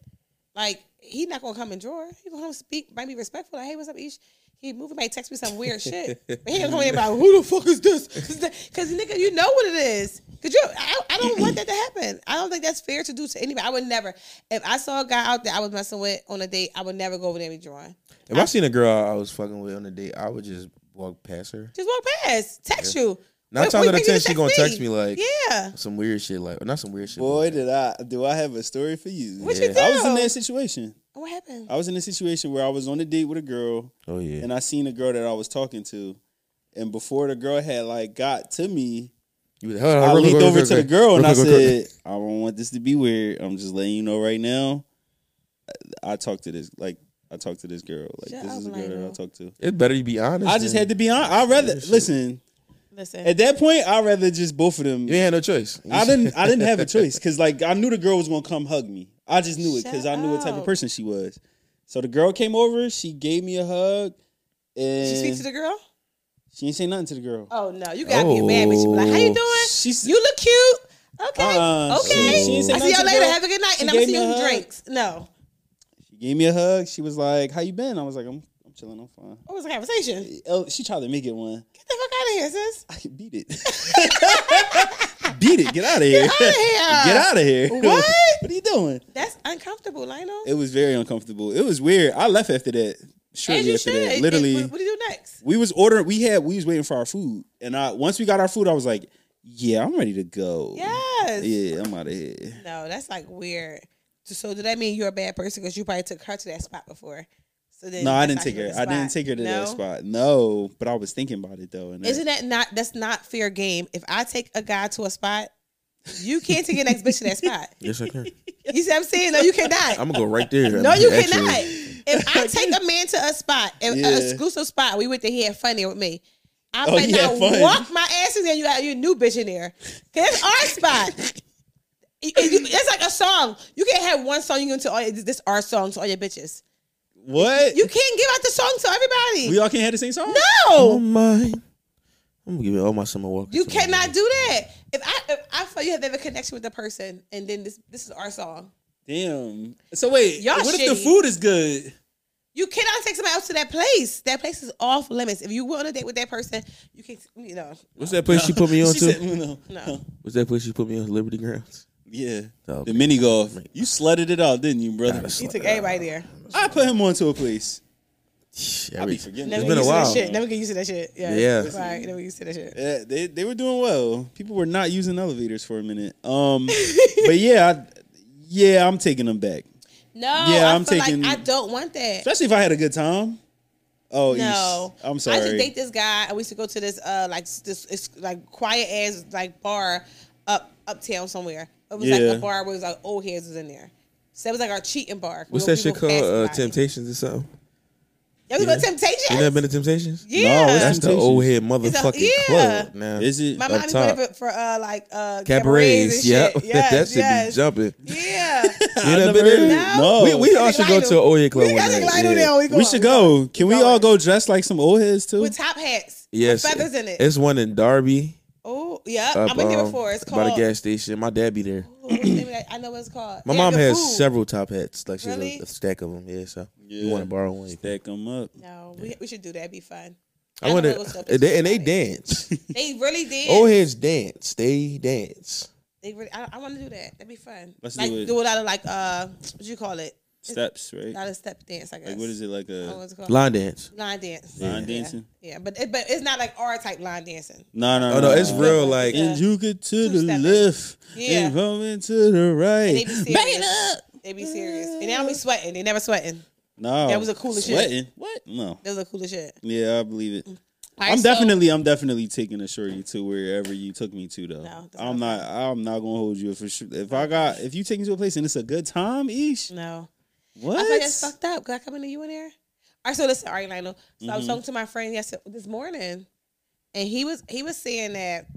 Speaker 2: like he not gonna come and draw. He gonna come speak, might be respectful. Like, hey, what's up, Ish? He moving, might text me some weird shit. But he gonna come in about who the fuck is this? Because nigga, you know what it is. Cause you, I, I don't want that to happen. I don't think that's fair to do to anybody. I would never. If I saw a guy out there I was messing with on a date, I would never go over there and be drawing.
Speaker 1: If I, seen a girl I was fucking with on a date, I would just walk past her.
Speaker 2: Just walk past, text you.
Speaker 1: Nine
Speaker 2: Wait,
Speaker 1: times
Speaker 2: wait,
Speaker 1: out of
Speaker 2: wait, you
Speaker 1: ten, she
Speaker 2: text
Speaker 1: gonna
Speaker 2: me.
Speaker 1: text me like
Speaker 2: Yeah.
Speaker 1: some weird shit, like not some weird shit.
Speaker 3: boy,
Speaker 1: but, like,
Speaker 3: did I do I have a story for you?
Speaker 2: What
Speaker 1: Yeah.
Speaker 2: you do?
Speaker 3: I was in that situation.
Speaker 2: What happened?
Speaker 3: I was in a situation where I was on a date with a girl,
Speaker 1: oh yeah,
Speaker 3: and I seen a girl that I was talking to, and before the girl had like got to me,
Speaker 1: you was like, hold on,
Speaker 3: I
Speaker 1: real quick,
Speaker 3: leaned
Speaker 1: real
Speaker 3: over
Speaker 1: quick,
Speaker 3: to the
Speaker 1: quick,
Speaker 3: girl and I
Speaker 1: real quick, real
Speaker 3: said,
Speaker 1: quick.
Speaker 3: "I don't want this to be weird. I'm just letting you know right now. I, I talked to this like I talked to this girl. Like
Speaker 2: Shut
Speaker 3: this
Speaker 2: up,
Speaker 3: is a girl that I
Speaker 2: Lionel.
Speaker 3: talked to.
Speaker 1: "It better you be honest."
Speaker 3: I just
Speaker 1: then.
Speaker 3: had to be honest. I rather
Speaker 1: Shit.
Speaker 3: listen
Speaker 2: Listen.
Speaker 3: at that point. I would rather just both of them.
Speaker 1: You ain't had no choice.
Speaker 3: I didn't. I didn't have a choice because like I knew the girl was gonna come hug me. I just knew it because I knew what type
Speaker 2: Shut
Speaker 3: of
Speaker 2: up.
Speaker 3: person she was. So the girl came over. She gave me a hug, and
Speaker 2: She speaks to the girl.
Speaker 3: she ain't say nothing to the girl.
Speaker 2: Oh no, you gotta be a bad bitch. You be like, how you doing?
Speaker 3: Oh, She s-
Speaker 2: You look cute. Okay,
Speaker 3: Uh-uh, she-
Speaker 2: okay.
Speaker 1: she ain't say
Speaker 2: I see
Speaker 3: nothing to
Speaker 2: y'all later.
Speaker 3: girl.
Speaker 2: Have a good night,
Speaker 3: She
Speaker 2: and I'm gonna
Speaker 3: gave
Speaker 2: see
Speaker 3: me a
Speaker 2: you
Speaker 3: hug.
Speaker 2: drinks. No,
Speaker 3: she gave me a hug. She was like, "How you been?" I was like, "I'm, I'm chilling. I'm fine."
Speaker 2: what was the conversation? Get
Speaker 3: Oh, she tried to make it one.
Speaker 2: the fuck out of here, sis.
Speaker 3: I can beat it. beat it. Get out of here.
Speaker 2: Get outta here.
Speaker 3: Get out of here.
Speaker 2: What?
Speaker 3: what are you doing?
Speaker 2: That's uncomfortable, Lionel.
Speaker 3: It was very uncomfortable. It was weird. I left after that.
Speaker 2: As
Speaker 3: Shortly
Speaker 2: you
Speaker 3: after
Speaker 2: should.
Speaker 3: that.
Speaker 2: It-
Speaker 3: Literally.
Speaker 2: What, what do you do next?
Speaker 3: we was ordering we had we was waiting for our food. And I once we got our food, I was like, Yeah, I'm ready to go.
Speaker 2: Yes.
Speaker 3: Yeah, I'm out of here.
Speaker 2: No, that's like weird. So, so did that mean you're a bad person because you probably took her to that spot before? So then
Speaker 3: No, I
Speaker 2: that's
Speaker 3: didn't
Speaker 2: how
Speaker 3: take
Speaker 2: you
Speaker 3: her.
Speaker 2: at the
Speaker 3: I didn't
Speaker 2: spot.
Speaker 3: take her to
Speaker 2: No?
Speaker 3: that spot. No, but I was thinking about it though. And
Speaker 2: Isn't that not that's not fair game? If I take a guy to a spot, you can't take your next bitch to that spot.
Speaker 1: Yes, I can.
Speaker 2: You see what I'm saying? No, you cannot.
Speaker 1: I'm gonna go right there.
Speaker 2: No, you
Speaker 1: Actually,
Speaker 2: cannot. If I take a man to a spot, a, a
Speaker 3: Yeah.
Speaker 2: exclusive spot, we went to here funny with me. I
Speaker 3: Oh,
Speaker 2: better
Speaker 3: yeah,
Speaker 2: not
Speaker 3: fun.
Speaker 2: walk my ass in there. You got your new bitch in there. Cause it's our spot. It- it- It's like a song. You can't have one song you can to all your- this our song to all your bitches.
Speaker 3: what?
Speaker 2: You can't give out the song to everybody.
Speaker 3: we all can't have the same song?
Speaker 1: Oh
Speaker 2: no,
Speaker 1: my! I'm gonna give you all my summer walk.
Speaker 2: you cannot do that. If I if I feel you have to have a connection with the person, and then this this is our song.
Speaker 3: Damn. So wait,
Speaker 2: Y'all
Speaker 3: what if the
Speaker 2: shitty.
Speaker 3: food is good?
Speaker 2: You cannot take somebody else to that place. That place is off limits. If you were on a date with that person, you can you know
Speaker 1: What's that place you put me on
Speaker 3: She
Speaker 1: to?
Speaker 3: said, "Mm, no.
Speaker 2: No.
Speaker 1: What's that place you put me on? Liberty Grounds.
Speaker 3: Yeah.
Speaker 1: Oh,
Speaker 3: The mini golf. You slutted it out, didn't you, brother?
Speaker 1: Gotta
Speaker 2: He
Speaker 1: slap
Speaker 2: took
Speaker 1: it out.
Speaker 2: everybody there.
Speaker 3: I put him onto a place. I
Speaker 1: Every-
Speaker 3: be forgetting.
Speaker 2: Never
Speaker 1: It's
Speaker 2: get used
Speaker 1: been a
Speaker 2: to that
Speaker 1: while.
Speaker 2: shit. Never get used to that shit. Yeah.
Speaker 1: Yeah.
Speaker 2: Right. Never get used to that shit.
Speaker 3: Yeah, Uh, they they were doing well. People were not using elevators for a minute. Um, but yeah, I, yeah, I'm taking them back,
Speaker 2: No.
Speaker 3: Yeah,
Speaker 2: I
Speaker 3: I'm
Speaker 2: feel
Speaker 3: taking-
Speaker 2: Like I don't want that.
Speaker 3: especially if I had a good time. Oh,
Speaker 2: No.
Speaker 3: eesh. I'm sorry.
Speaker 2: I used to date this guy, and we used to go to this uh like s- this it's like quiet ass like bar up uptown somewhere. It was
Speaker 3: Yeah.
Speaker 2: like a bar where it was like old heads was in there. So that was like our cheating bar.
Speaker 1: What's
Speaker 2: where
Speaker 1: that shit
Speaker 2: people
Speaker 1: called?
Speaker 2: pass
Speaker 1: Uh,
Speaker 2: by.
Speaker 1: Temptations or something?
Speaker 2: Yeah, we go to Temptations.
Speaker 1: You never been to Temptations?
Speaker 2: yeah.
Speaker 3: No,
Speaker 1: That's the
Speaker 3: Temptations.
Speaker 1: old head
Speaker 2: a-
Speaker 1: motherfucking
Speaker 2: yeah.
Speaker 1: club. Now
Speaker 3: Is it?
Speaker 2: My
Speaker 1: up
Speaker 2: mommy
Speaker 1: top.
Speaker 2: went for, for uh like uh cabarets.
Speaker 1: cabarets?
Speaker 2: and
Speaker 1: Yep,
Speaker 2: shit. Yes,
Speaker 1: that should
Speaker 2: yes.
Speaker 1: be jumping.
Speaker 2: Yeah.
Speaker 1: You never been
Speaker 3: heard
Speaker 1: there?
Speaker 3: of it.
Speaker 2: No.
Speaker 3: No,
Speaker 1: We, we
Speaker 2: I
Speaker 1: all
Speaker 2: think
Speaker 1: should
Speaker 2: I
Speaker 1: go
Speaker 2: do.
Speaker 1: to an old head club.
Speaker 2: We
Speaker 1: one
Speaker 2: got to
Speaker 1: night.
Speaker 2: lie down
Speaker 1: Yeah.
Speaker 2: there. We, go
Speaker 3: we
Speaker 2: out.
Speaker 3: should
Speaker 2: out.
Speaker 3: go. Can we
Speaker 2: going.
Speaker 3: all go dressed like some old heads too?
Speaker 2: with top hats. with
Speaker 1: Yes,
Speaker 2: feathers in it.
Speaker 1: It's one in Darby.
Speaker 2: Oh yeah,
Speaker 1: Up,
Speaker 2: I've been there
Speaker 1: um,
Speaker 2: before. It's
Speaker 1: by
Speaker 2: called.
Speaker 1: the gas station. My dad be there.
Speaker 2: Ooh, what's the name of that? I know what it's called.
Speaker 1: My
Speaker 2: They have
Speaker 1: mom
Speaker 2: good
Speaker 1: has
Speaker 2: food.
Speaker 1: several top hats. Like she has
Speaker 2: Really?
Speaker 1: a, a stack of them. Yeah, so you
Speaker 3: Yeah.
Speaker 1: want to borrow one? you can.
Speaker 3: Stack them up.
Speaker 2: No, we, we should do that. It'd be fun.
Speaker 1: I want
Speaker 2: know what's
Speaker 1: to.
Speaker 2: up.
Speaker 1: And they, and they dance. Oh,
Speaker 2: They really did.
Speaker 1: Old heads dance. They dance.
Speaker 2: They really. I, I want to do that. That'd be fun.
Speaker 3: Let's
Speaker 2: like,
Speaker 3: do it.
Speaker 2: out of like uh, what you call it?
Speaker 3: Steps, right?
Speaker 2: Not a step dance, I guess.
Speaker 3: Like what is it? Like
Speaker 2: I don't know
Speaker 3: a
Speaker 2: what it's called.
Speaker 1: Line dance.
Speaker 2: Line dance.
Speaker 3: line
Speaker 2: Yeah.
Speaker 3: dancing?
Speaker 2: Yeah, but it, but it's not like our type line dancing.
Speaker 3: No, no,
Speaker 1: Oh no, it's real. Like
Speaker 2: Yeah.
Speaker 3: And you get to the
Speaker 2: Two-stepping.
Speaker 3: left
Speaker 2: Yeah.
Speaker 3: and coming to the
Speaker 2: They be
Speaker 3: right.
Speaker 2: serious. They be serious. And they don't be sweating. They never sweating.
Speaker 3: No,
Speaker 2: That was the coolest shit.
Speaker 3: sweating. What? No.
Speaker 2: That Mm-hmm. was the coolest shit.
Speaker 3: Yeah, I believe it.
Speaker 2: All right,
Speaker 3: I'm
Speaker 2: so-
Speaker 3: definitely, I'm definitely taking a shorty to wherever you took me to, though.
Speaker 2: No, that's
Speaker 3: I'm not, I'm not gonna hold you for sure. If I got, if you take me to a place and it's a good time, each
Speaker 2: No.
Speaker 3: what?
Speaker 2: I feel Mm. like that's fucked up. Could I come into you in there? All right, so listen, all right, Lionel. So
Speaker 3: Mm-hmm.
Speaker 2: I was talking to my friend yesterday this morning, and he was he was saying that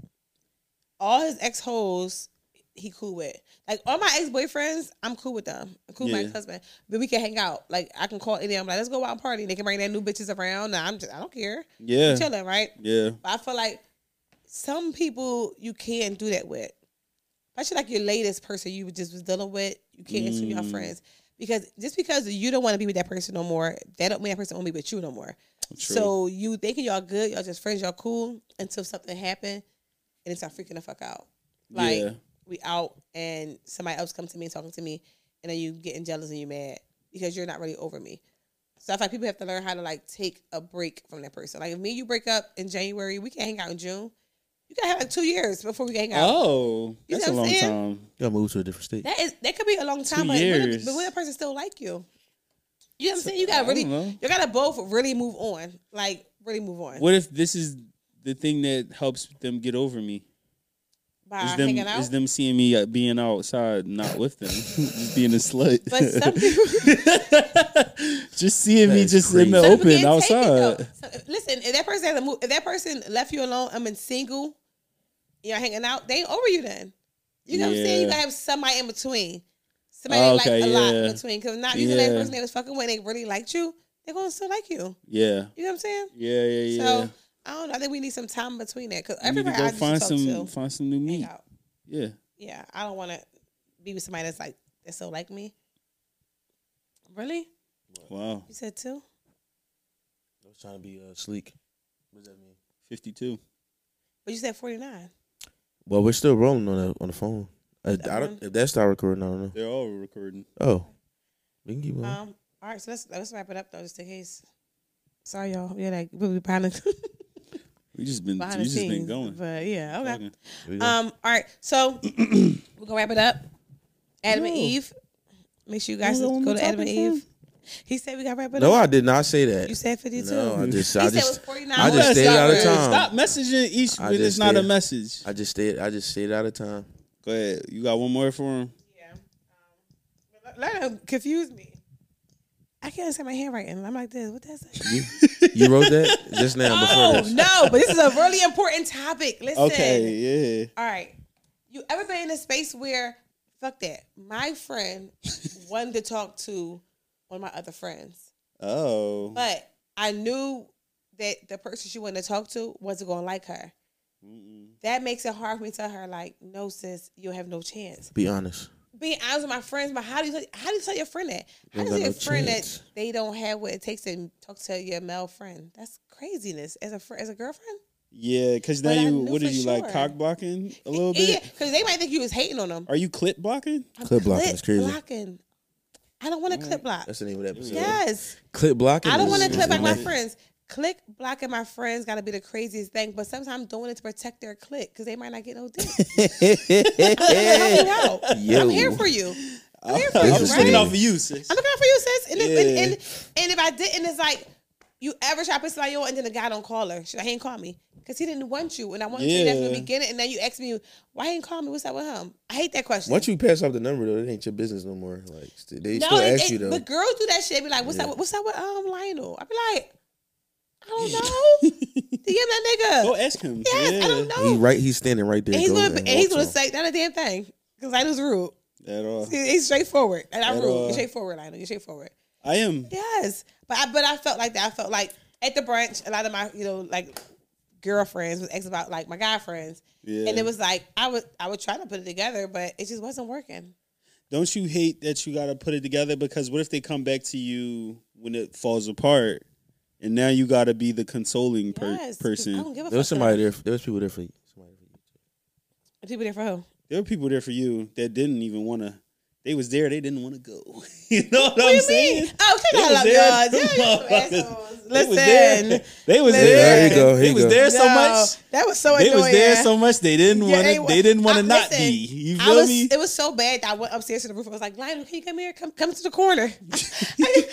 Speaker 2: all his ex hoes he cool with. Like all my ex boyfriends, I'm cool with them. I'm cool with my
Speaker 3: Yeah.
Speaker 2: ex husband. But we can hang out. Like I can call any of them like, let's go out and party. They can bring their new bitches around. Nah, I'm just I don't care.
Speaker 3: yeah,
Speaker 2: Chilling, right?
Speaker 3: yeah.
Speaker 2: But I feel like some people you can't do that with. Especially like your latest person you just was dealing with, you can't assume your
Speaker 3: Mm.
Speaker 2: friends. Because just because you don't want to be with that person no more, that don't mean that person won't be with you no more.
Speaker 3: True.
Speaker 2: So you thinking y'all good, y'all just friends, y'all cool until something happened and it start freaking the fuck out. Like
Speaker 3: Yeah.
Speaker 2: we out and somebody else come to me and talking to me and then you getting jealous and you mad because you're not really over me. So I feel like people have to learn how to like take a break from that person. Like if me and you break up in January, we can hang out in June. You gotta have like two years before we can hang out.
Speaker 3: Oh,
Speaker 2: You
Speaker 3: that's
Speaker 2: see
Speaker 3: a
Speaker 2: what I'm
Speaker 3: long
Speaker 2: saying?
Speaker 3: time.
Speaker 1: gotta move to a different state.
Speaker 2: That is that could be a long time,
Speaker 3: Two
Speaker 2: but when,
Speaker 3: years.
Speaker 2: but when a person still like you. You know what I'm saying? You
Speaker 3: I
Speaker 2: gotta
Speaker 3: don't
Speaker 2: really
Speaker 3: know.
Speaker 2: you gotta both really move on. Like really move on.
Speaker 3: What if this is the thing that helps them get over me?
Speaker 2: by
Speaker 3: Is them,
Speaker 2: hanging out.
Speaker 3: is them seeing me uh, being outside, not with them, just being a slut.
Speaker 2: but some people
Speaker 3: just seeing
Speaker 1: That
Speaker 3: me
Speaker 1: is
Speaker 3: just in the
Speaker 2: Some people can't
Speaker 3: open
Speaker 2: take it, though.
Speaker 3: outside.
Speaker 2: So, if- listen, if that person has a move, if that person left you alone, I'm in single, you're hanging out, they ain't over you then. You know what I'm saying? You
Speaker 3: Yeah.
Speaker 2: gotta have somebody in between. Somebody
Speaker 3: Oh,
Speaker 2: like
Speaker 3: okay,
Speaker 2: a lot
Speaker 3: yeah.
Speaker 2: in between. Cause not usually that
Speaker 3: Yeah.
Speaker 2: person they was fucking with, they really liked you, they gonna still like you.
Speaker 3: Yeah,
Speaker 2: You know what I'm saying?
Speaker 3: yeah, yeah, yeah.
Speaker 2: So I don't know. I think we need some time in between that. Cause
Speaker 3: You need to
Speaker 2: everybody
Speaker 3: go
Speaker 2: I just
Speaker 3: find
Speaker 2: talk
Speaker 3: some
Speaker 2: to
Speaker 3: find some new
Speaker 2: hang
Speaker 3: meat.
Speaker 2: out.
Speaker 3: Yeah,
Speaker 2: Yeah. I don't wanna be with somebody that's like that's so like me. Really?
Speaker 3: wow,
Speaker 2: You said two?
Speaker 1: I was trying to be uh, sleek. What does that mean?
Speaker 3: fifty two.
Speaker 2: But you said forty nine.
Speaker 1: Well, we're still rolling on the on the phone. I, I don't. If that start recording, I don't know.
Speaker 3: They're all recording.
Speaker 1: Oh, we can keep on.
Speaker 2: Um. All right, so let's let's wrap it up though, just in case. Sorry, y'all. Yeah, like we'll be behind the,
Speaker 3: We just been
Speaker 2: behind the
Speaker 3: we just been
Speaker 2: scenes,
Speaker 3: going.
Speaker 2: but yeah, okay.
Speaker 3: Talking.
Speaker 1: Here we go.
Speaker 2: Um. All right, so we're gonna wrap it up. Adam and
Speaker 1: No.
Speaker 2: Eve. Make sure you guys
Speaker 3: Who's on
Speaker 2: go
Speaker 3: the
Speaker 2: to Adam and
Speaker 3: topic
Speaker 2: Eve. He said we gotta wrap it
Speaker 1: no,
Speaker 2: up.
Speaker 1: I did not say that.
Speaker 2: you said fifty two.
Speaker 1: No, I just,
Speaker 2: he
Speaker 1: I
Speaker 2: said it was
Speaker 1: just,
Speaker 2: forty nine.
Speaker 1: I just stayed out of time.
Speaker 3: Stop messaging each
Speaker 1: I
Speaker 3: when
Speaker 1: just
Speaker 3: it's not a
Speaker 1: stayed-
Speaker 3: message.
Speaker 1: I just stayed, I just stayed out of time.
Speaker 3: Go ahead. You got one more for him.
Speaker 2: Let him confuse me. I can't understand my handwriting. I'm like this. What that say?
Speaker 1: You, you wrote that just now before
Speaker 2: Oh
Speaker 1: this.
Speaker 2: no! But this is a really important topic. Listen.
Speaker 3: Okay. Yeah.
Speaker 2: All right. You ever been in a space where fuck that? My friend wanted to talk to one of my other friends,
Speaker 3: Oh.
Speaker 2: but I knew that the person she wanted to talk to wasn't gonna like her.
Speaker 3: Mm-mm.
Speaker 2: That makes it hard for me to tell her like, no, sis, you'll have no chance.
Speaker 1: Be honest.
Speaker 2: Being honest with my friends, but how do you tell, how do you tell your friend that? How do
Speaker 1: You don't
Speaker 2: you tell your
Speaker 1: got no
Speaker 2: friend
Speaker 1: chance.
Speaker 2: that they don't have what it takes to talk to your male friend? That's craziness as a fr- as a girlfriend.
Speaker 3: Yeah, because
Speaker 2: But I
Speaker 3: then you
Speaker 2: knew
Speaker 3: what
Speaker 2: for
Speaker 3: did you
Speaker 2: sure.
Speaker 3: like cock blocking a little bit?
Speaker 2: Yeah, because they might think you was hating on them.
Speaker 3: Are you clip blocking?
Speaker 2: I'm
Speaker 1: Clip blocking is crazy.
Speaker 2: blocking. I don't want to clip block.
Speaker 1: That's the name of that episode.
Speaker 2: Yes.
Speaker 1: Clip blocking.
Speaker 2: I don't
Speaker 1: is-
Speaker 2: want to
Speaker 1: is
Speaker 2: clip
Speaker 1: the
Speaker 2: block my
Speaker 1: name.
Speaker 2: friends. Click blocking my friends got to be the craziest thing, but sometimes doing it to protect their click because they might not get no dick. Help me out. I'm
Speaker 1: Yo.
Speaker 2: here for you. I'm here for
Speaker 3: I'm
Speaker 2: you,
Speaker 3: just looking
Speaker 2: right?
Speaker 3: out for you, sis.
Speaker 2: I'm looking out for you, sis. And, if, and,
Speaker 3: Yeah.
Speaker 2: and, and if I didn't, it's like you ever try to put somebody on and then the guy don't call her. She's like, he ain't call me because he didn't want you. And I wanted to say that from the
Speaker 3: Yeah.
Speaker 2: beginning. And then you ask me, why he ain't call me? What's up with him? I hate that question.
Speaker 1: Once you pass off the number though, it ain't your business no more. Like st- they
Speaker 2: No,
Speaker 1: still
Speaker 2: it-
Speaker 1: ask
Speaker 2: it-
Speaker 1: you though.
Speaker 2: But girls do that shit. They be like, "What's
Speaker 1: Yeah.
Speaker 2: up? What's up with um Lionel?" I be like, "I don't know. DM that nigga.
Speaker 3: Go ask him.
Speaker 2: yes,
Speaker 3: yeah.
Speaker 2: I don't know."
Speaker 1: he right, he's standing right there.
Speaker 2: and he's
Speaker 1: Go
Speaker 2: gonna be-
Speaker 1: and
Speaker 2: and he's
Speaker 1: walk
Speaker 2: gonna
Speaker 1: to him. Oh.
Speaker 2: say not a damn thing because Lionel's rude.
Speaker 3: At all.
Speaker 2: He- He's straightforward, and I'm
Speaker 3: At
Speaker 2: rude.
Speaker 3: all.
Speaker 2: You're straightforward, Lionel. You're straightforward.
Speaker 3: I am.
Speaker 2: Yes, but I but I felt like that. I felt like at the brunch, a lot of my you know like girlfriends was ex about like my guy friends,
Speaker 3: Yeah.
Speaker 2: and it was like I would I would try to put it together, but it just wasn't working.
Speaker 3: Don't you hate that you got to put it together? Because what if they come back to you when it falls apart, and now you got to be the consoling per-
Speaker 2: Yes, 'cause I don't
Speaker 3: person?
Speaker 2: give a
Speaker 1: There was
Speaker 2: fuck.
Speaker 1: somebody there. There was people there for you. Somebody for you.
Speaker 2: People there for who?
Speaker 3: There were people there for you that didn't even want to. They was there. They didn't want to go. you know what, I'm
Speaker 2: What do you
Speaker 3: saying?
Speaker 2: mean? Oh, shit, I
Speaker 3: It was
Speaker 2: love
Speaker 3: there.
Speaker 2: y'all. Yeah, y'all some assholes.
Speaker 3: They was there.
Speaker 2: Listen.
Speaker 3: They was
Speaker 2: Listen.
Speaker 3: there.
Speaker 2: There you
Speaker 1: go, here
Speaker 3: They
Speaker 1: you
Speaker 3: was
Speaker 1: go.
Speaker 3: there so
Speaker 2: No,
Speaker 3: much.
Speaker 2: That was so
Speaker 3: They
Speaker 2: annoying.
Speaker 3: was there so much. They didn't
Speaker 2: Yeah,
Speaker 3: want to. They didn't want
Speaker 2: I-
Speaker 3: to not
Speaker 2: listen,
Speaker 3: be. You
Speaker 2: I
Speaker 3: feel
Speaker 2: was-
Speaker 3: me?
Speaker 2: It was so bad that I went upstairs to the roof. I was like, Lionel, can you come here? Come come to the corner. come here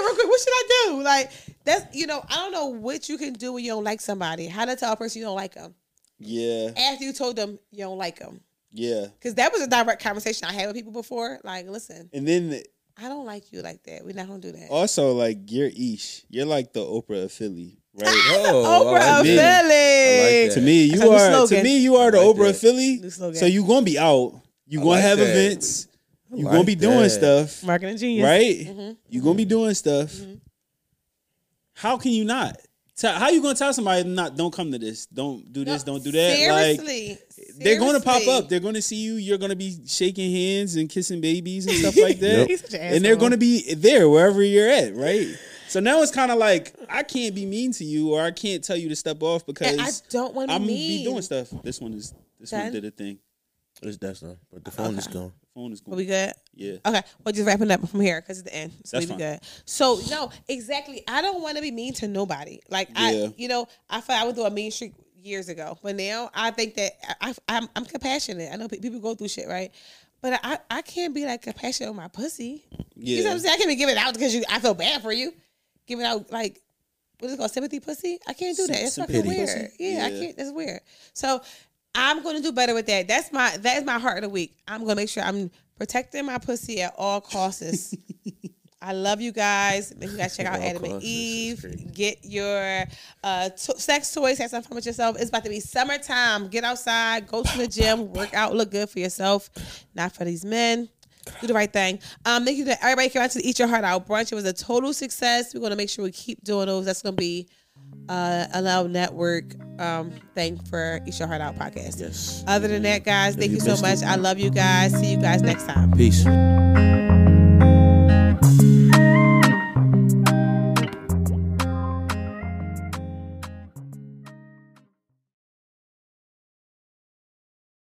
Speaker 2: real quick. What should I do? Like, that's, you know, I don't know what you can do when you don't like somebody. How to tell a person you don't like them
Speaker 3: Yeah,
Speaker 2: after you told them you don't like them.
Speaker 3: yeah.
Speaker 2: Because that was a direct conversation I had with people before. Like, listen,
Speaker 3: And then
Speaker 2: I don't like you like that. We're not going to do that.
Speaker 3: also like you're Ish. You're like the Oprah of Philly,
Speaker 2: Ah,
Speaker 3: right?
Speaker 1: Oh, I
Speaker 2: Oprah
Speaker 1: like
Speaker 2: of
Speaker 1: that.
Speaker 2: Philly.
Speaker 1: that.
Speaker 3: to me,
Speaker 2: That's
Speaker 3: you
Speaker 2: our new
Speaker 3: are. To
Speaker 2: slogan.
Speaker 3: me, you are the
Speaker 1: I like
Speaker 3: Oprah of
Speaker 1: that.
Speaker 3: Philly.
Speaker 2: New slogan.
Speaker 3: So you gonna be out. You
Speaker 1: I
Speaker 3: gonna
Speaker 1: like
Speaker 3: have
Speaker 1: that.
Speaker 3: events. You
Speaker 1: like
Speaker 3: gonna be doing
Speaker 1: that.
Speaker 3: stuff,
Speaker 2: Marketing genius.
Speaker 3: right?
Speaker 2: Mhm.
Speaker 3: You gonna be doing stuff.
Speaker 2: Mhm.
Speaker 3: How can you not? Tell, how you gonna tell somebody not? Don't come to this. Don't do this. don't do that. Like
Speaker 2: Seriously.
Speaker 3: they're going to pop
Speaker 2: Seriously.
Speaker 3: up. They're going to see you. You're going to be shaking hands and kissing babies and stuff like that.
Speaker 2: He's such an
Speaker 3: and they're
Speaker 2: asshole.
Speaker 3: going to be there wherever you're at, right? So now it's kind of like I can't be mean to you, or I can't tell you to step off
Speaker 2: And I
Speaker 3: because
Speaker 2: don't want to
Speaker 3: I'm
Speaker 2: mean.
Speaker 3: be doing stuff. This one is this one
Speaker 2: Done?
Speaker 3: did a thing.
Speaker 1: It's that's not. But the phone is
Speaker 2: Okay.
Speaker 1: gone.
Speaker 3: Phone is
Speaker 2: Are
Speaker 3: going.
Speaker 2: we good?
Speaker 3: yeah,
Speaker 2: Okay, we're just wrapping up from here because it's the end. So
Speaker 3: That's
Speaker 2: we be
Speaker 3: fine.
Speaker 2: good. So no, exactly. I don't want to be mean to nobody. Like
Speaker 3: Yeah.
Speaker 2: I, you know, I felt I would do a mean streak years ago, but now I think that I, I, am I'm compassionate. I know pe- people go through shit, right? But I, I can't be like compassionate on my pussy. You know what
Speaker 3: yeah.
Speaker 2: I'm saying? I can't be giving it out because you. I feel bad for you. Giving out like what is it called sympathy pussy? I can't do
Speaker 3: Sym-
Speaker 2: that. That's fucking
Speaker 3: sympathy
Speaker 2: weird.
Speaker 3: pussy?
Speaker 2: Yeah, I
Speaker 3: Yeah.
Speaker 2: can't. That's weird. So I'm gonna do better with that. That's my that is my heart of the week. I'm gonna make sure I'm protecting my pussy at all costs. I love you guys. Make sure you guys check out
Speaker 1: At all
Speaker 2: Adam and
Speaker 1: costs. This is
Speaker 2: Eve.
Speaker 1: crazy.
Speaker 2: Get your uh, to- sex toys. Have some fun with yourself. It's about to be summertime. Get outside. Go to the gym. Work out. Look good for yourself, not for these men. Do the right thing. Um, thank you to everybody who came out to the Eat Your Heart Out brunch. It was a total success. We're gonna make sure we keep doing those. That's gonna be uh, a loud network um, thing for Eat Your Heart Out podcast.
Speaker 1: Yes.
Speaker 2: Other than that, guys, thank
Speaker 1: you
Speaker 2: you so
Speaker 1: missed
Speaker 2: much. I love you guys. See you guys next time.
Speaker 1: Peace.